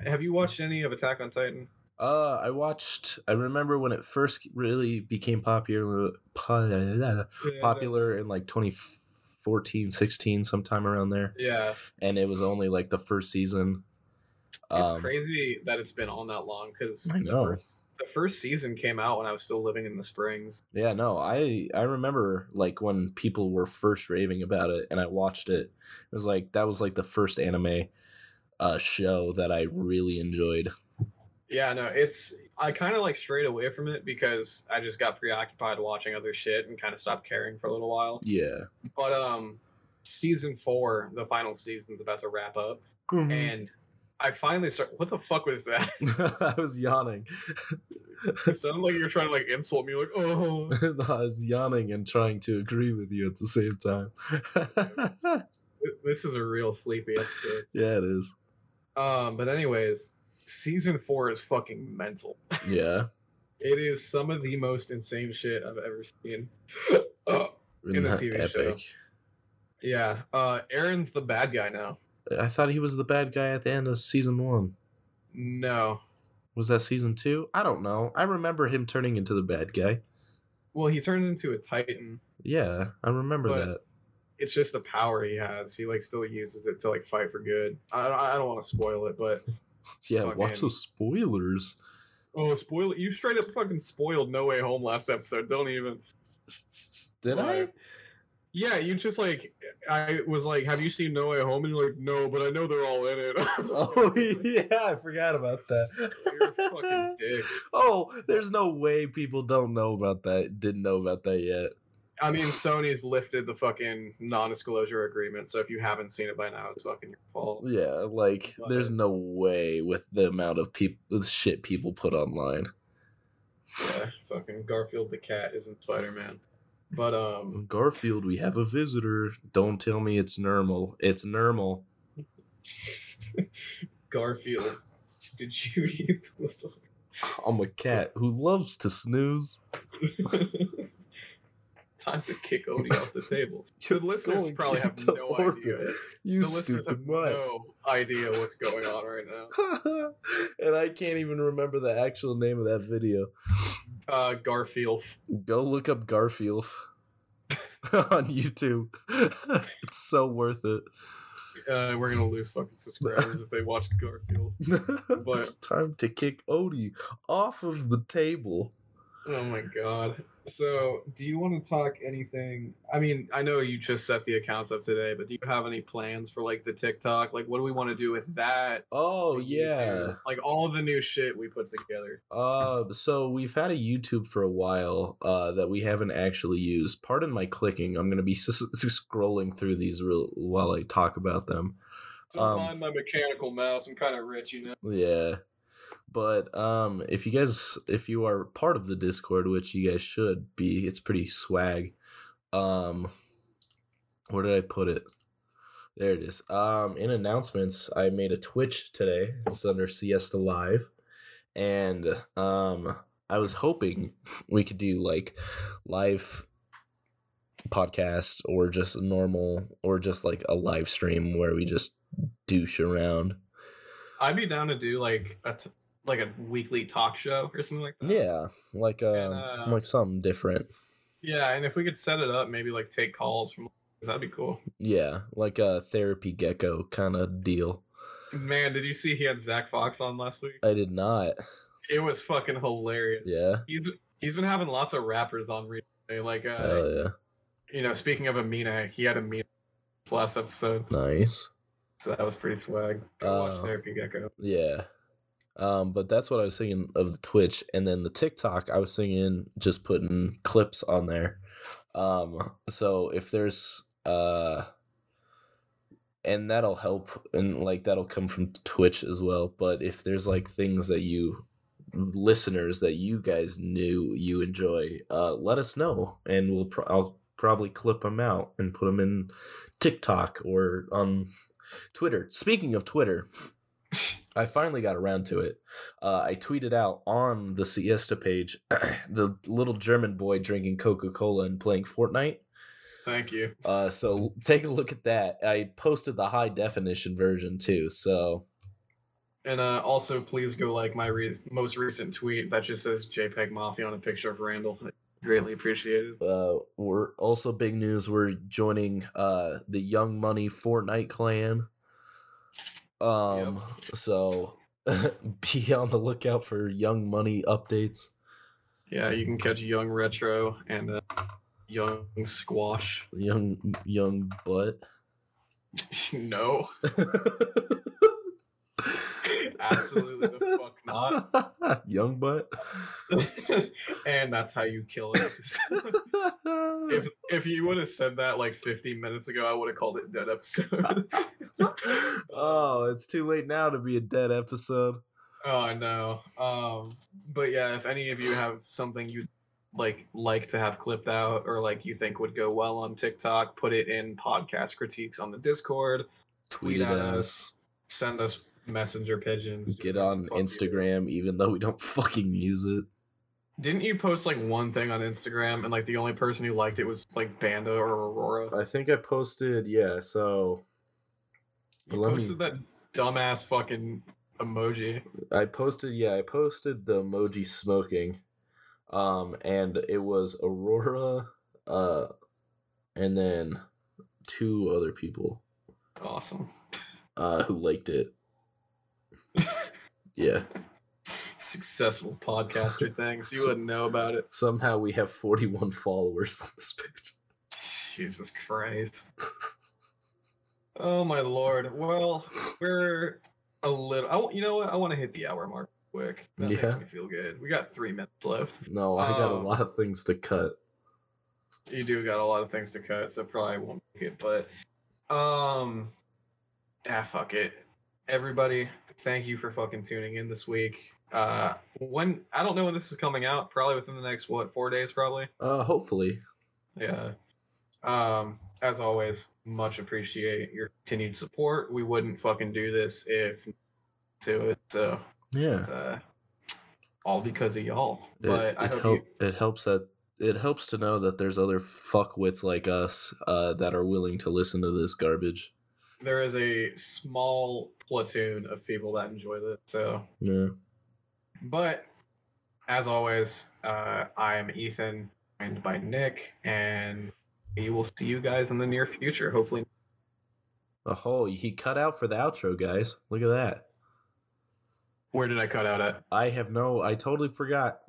[SPEAKER 2] Have you watched any of Attack on Titan?
[SPEAKER 1] Uh, I watched. I remember when it first really became popular, po- popular in like 2014, 16, sometime around there,
[SPEAKER 2] Yeah,
[SPEAKER 1] and it was only like the first season.
[SPEAKER 2] it's
[SPEAKER 1] Um,
[SPEAKER 2] crazy that it's been on that long because
[SPEAKER 1] I know.
[SPEAKER 2] the first the first season came out when I was still living in the Springs.
[SPEAKER 1] Yeah, no, I I remember like when people were first raving about it, and I watched it. It was like that was like the first anime uh show that I really enjoyed.
[SPEAKER 2] Yeah, no, it's I kind of like strayed away from it because I just got preoccupied watching other shit and kind of stopped caring for a little while.
[SPEAKER 1] Yeah.
[SPEAKER 2] But um, season four, the final season's about to wrap up, and I finally start. What the fuck was that?
[SPEAKER 1] I was yawning.
[SPEAKER 2] it sounded like you're trying to like insult me. Like, oh,
[SPEAKER 1] I was yawning and trying to agree with you at the same time.
[SPEAKER 2] this is a real sleepy episode.
[SPEAKER 1] yeah, it is.
[SPEAKER 2] Um, but anyways, season four is fucking mental.
[SPEAKER 1] Yeah.
[SPEAKER 2] It is some of the most insane shit I've ever seen. Uh, In a TV show. yeah, uh, Aaron's the bad guy now.
[SPEAKER 1] I thought he was the bad guy at the end of season one.
[SPEAKER 2] No,
[SPEAKER 1] Was that season two? I don't know. I remember him turning into the bad guy.
[SPEAKER 2] well, he turns into a titan.
[SPEAKER 1] Yeah, I remember
[SPEAKER 2] But-
[SPEAKER 1] that.
[SPEAKER 2] It's just a power he has. He like still uses it to like fight for good. I, I don't want to spoil it, but
[SPEAKER 1] Yeah, watch
[SPEAKER 2] fucking-
[SPEAKER 1] those spoilers.
[SPEAKER 2] oh, spoil it! You straight up fucking spoiled No Way Home last episode. Don't even.
[SPEAKER 1] Did I?
[SPEAKER 2] Liar. Yeah, you just like I was like, have you seen No Way Home? And you're like, no, but I know they're all in it. I was like,
[SPEAKER 1] Oh yeah, I forgot about
[SPEAKER 2] You're a fucking
[SPEAKER 1] that.
[SPEAKER 2] dick.
[SPEAKER 1] oh, there's no way people don't know about that. Didn't know about that yet.
[SPEAKER 2] I mean, Sony's lifted the fucking non-disclosure agreement, so if you haven't seen it by now, it's fucking your fault.
[SPEAKER 1] Yeah, like
[SPEAKER 2] But-
[SPEAKER 1] there's no way with the amount of people, the shit people put online.
[SPEAKER 2] Yeah, fucking Garfield the cat isn't Spider-Man. But um,
[SPEAKER 1] Garfield, we have a visitor. Don't tell me it's normal. It's normal.
[SPEAKER 2] Garfield, did you eat the whistle?
[SPEAKER 1] I'm a cat who loves to snooze.
[SPEAKER 2] Time to kick Odie off the table. The listeners
[SPEAKER 1] going
[SPEAKER 2] probably have
[SPEAKER 1] into
[SPEAKER 2] no
[SPEAKER 1] orbit.
[SPEAKER 2] idea.
[SPEAKER 1] You
[SPEAKER 2] The listeners have
[SPEAKER 1] stupid mutt.
[SPEAKER 2] no idea what's going on right now.
[SPEAKER 1] and I can't even remember the actual name of that video.
[SPEAKER 2] Uh, Garfield.
[SPEAKER 1] Go look up Garfield on YouTube. it's so worth it.
[SPEAKER 2] Uh, we're gonna lose fucking subscribers if they watch Garfield.
[SPEAKER 1] it's time to kick Odie off of the table.
[SPEAKER 2] Oh my god. So, do you want to talk anything? I mean, I know you just set the accounts up today, but do you have any plans for like the TikTok? Like, what do we want to do with that?
[SPEAKER 1] Oh
[SPEAKER 2] for
[SPEAKER 1] yeah.
[SPEAKER 2] YouTube? Like all the new shit we put together.
[SPEAKER 1] Uh, so we've had a YouTube for a while uh, that we haven't actually used. Pardon my clicking. I'm gonna be s- s- scrolling through these real while I talk about them.
[SPEAKER 2] Don't
[SPEAKER 1] Um,
[SPEAKER 2] mind my mechanical mouse. I'm kind of rich, you know.
[SPEAKER 1] Yeah. But um if you guys if you are part of the Discord, which you guys should be, it's pretty swag. Um where did I put it? There it is. Um in announcements, I made a Twitch today. It's under Siesta Live. And um I was hoping we could do like live podcast or just normal or just like a live stream where we just douche around.
[SPEAKER 2] I'd be down to do like a t- like a weekly talk show or something like that.
[SPEAKER 1] Yeah, like um,
[SPEAKER 2] uh,
[SPEAKER 1] like something different.
[SPEAKER 2] Yeah, and if we could set it up, maybe like take calls from. That'd be cool.
[SPEAKER 1] Yeah, like a therapy gecko kind of deal.
[SPEAKER 2] Man, did you see he had Zach Fox on last week?
[SPEAKER 1] I did not.
[SPEAKER 2] It was fucking hilarious.
[SPEAKER 1] Yeah.
[SPEAKER 2] He's he's been having lots of rappers on recently. Like uh,
[SPEAKER 1] Oh
[SPEAKER 2] you know, speaking of Amina, he had Amina this last episode,
[SPEAKER 1] yeah. Nice.
[SPEAKER 2] so that was pretty swag. Go
[SPEAKER 1] Oh.
[SPEAKER 2] watch Therapy Gecko.
[SPEAKER 1] Yeah. Um, but that's what I was thinking of the Twitch, and then the TikTok. I was thinking just putting clips on there. Um, so if there's uh, and that'll help, and like that'll come from Twitch as well. But if there's like things that you listeners that you guys knew you enjoy, uh, let us know, and we'll pro- I'll probably clip them out and put them in TikTok or on Twitter. Speaking of Twitter. I finally got around to it. Uh, I tweeted out on the siesta page the little German boy drinking Coca Cola and playing Fortnite.
[SPEAKER 2] Thank you.
[SPEAKER 1] Uh, so take a look at that. I posted the high definition version too. So
[SPEAKER 2] And uh, also, please go like my re- most recent tweet that just says JPEG Mafia on a picture of Randall. I greatly appreciate it.
[SPEAKER 1] uh, we're also big news. We're joining uh, the Young Money Fortnite clan. Um, so be on the lookout for Young Money updates.
[SPEAKER 2] Yeah, you can catch Young Retro and uh, Young Squash.
[SPEAKER 1] Young Young Butt.
[SPEAKER 2] no, absolutely the fuck not.
[SPEAKER 1] Young Butt.
[SPEAKER 2] and that's how you kill it. If if you would have said that like 15 minutes ago, I would have called it dead episode.
[SPEAKER 1] oh, it's too late now to be a dead episode.
[SPEAKER 2] oh no. Um, but yeah, if any of you have something you like like to have clipped out or like you think would go well on TikTok, put it in podcast critiques on the Discord.
[SPEAKER 1] Tweet at us.
[SPEAKER 2] Send us messenger pigeons.
[SPEAKER 1] Get on
[SPEAKER 2] Fuck you.
[SPEAKER 1] Instagram, even though we don't fucking use it.
[SPEAKER 2] Didn't you post like one thing on Instagram and like the only person who liked it was like Banda or Aurora?
[SPEAKER 1] I think I posted, yeah, so
[SPEAKER 2] You
[SPEAKER 1] let me-
[SPEAKER 2] posted that dumbass fucking emoji.
[SPEAKER 1] I posted, yeah, I posted the emoji smoking. Um, and it was Aurora, uh, and then two other people,
[SPEAKER 2] Awesome.
[SPEAKER 1] uh, who liked it. Yeah.
[SPEAKER 2] successful podcaster thing, so you wouldn't know about it.
[SPEAKER 1] Somehow we have 41 followers on this page.
[SPEAKER 2] Jesus Christ. Oh my lord. Well, we're a little. I, wa- you know what? I want to hit the hour mark quick. That
[SPEAKER 1] Yeah.
[SPEAKER 2] makes me feel good. We got three minutes left.
[SPEAKER 1] No, I got a
[SPEAKER 2] Um,
[SPEAKER 1] lot of things to cut.
[SPEAKER 2] You do got a lot of things to cut, so probably won't make it. But, um, ah, fuck it. Everybody, thank you for fucking tuning in this week. Uh, when I don't know when this is coming out. Probably within the next what four days, probably.
[SPEAKER 1] Uh, hopefully.
[SPEAKER 2] Yeah. Um, as always, much appreciate your continued support. We wouldn't fucking do this if to it. So
[SPEAKER 1] Yeah.
[SPEAKER 2] it's, uh, all because of y'all.
[SPEAKER 1] It,
[SPEAKER 2] But I
[SPEAKER 1] it
[SPEAKER 2] hope
[SPEAKER 1] help, it helps that it helps to know that there's other fuckwits like us uh, that are willing to listen to this garbage.
[SPEAKER 2] you, there is a small platoon of people that enjoy this. So,
[SPEAKER 1] Yeah.
[SPEAKER 2] but as always, uh, I am Ethan, and by Nick, and we will see you guys in the near future. Hopefully,
[SPEAKER 1] Oh, he cut out for the outro, guys. Look at that.
[SPEAKER 2] where did I cut out at?
[SPEAKER 1] I have no. I totally forgot.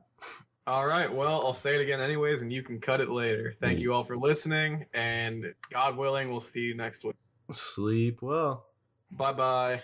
[SPEAKER 2] All right. Well, I'll say it again, anyways, and you can cut it later. Thank you all for listening, and God willing, we'll see you next week.
[SPEAKER 1] Sleep well.
[SPEAKER 2] Bye bye.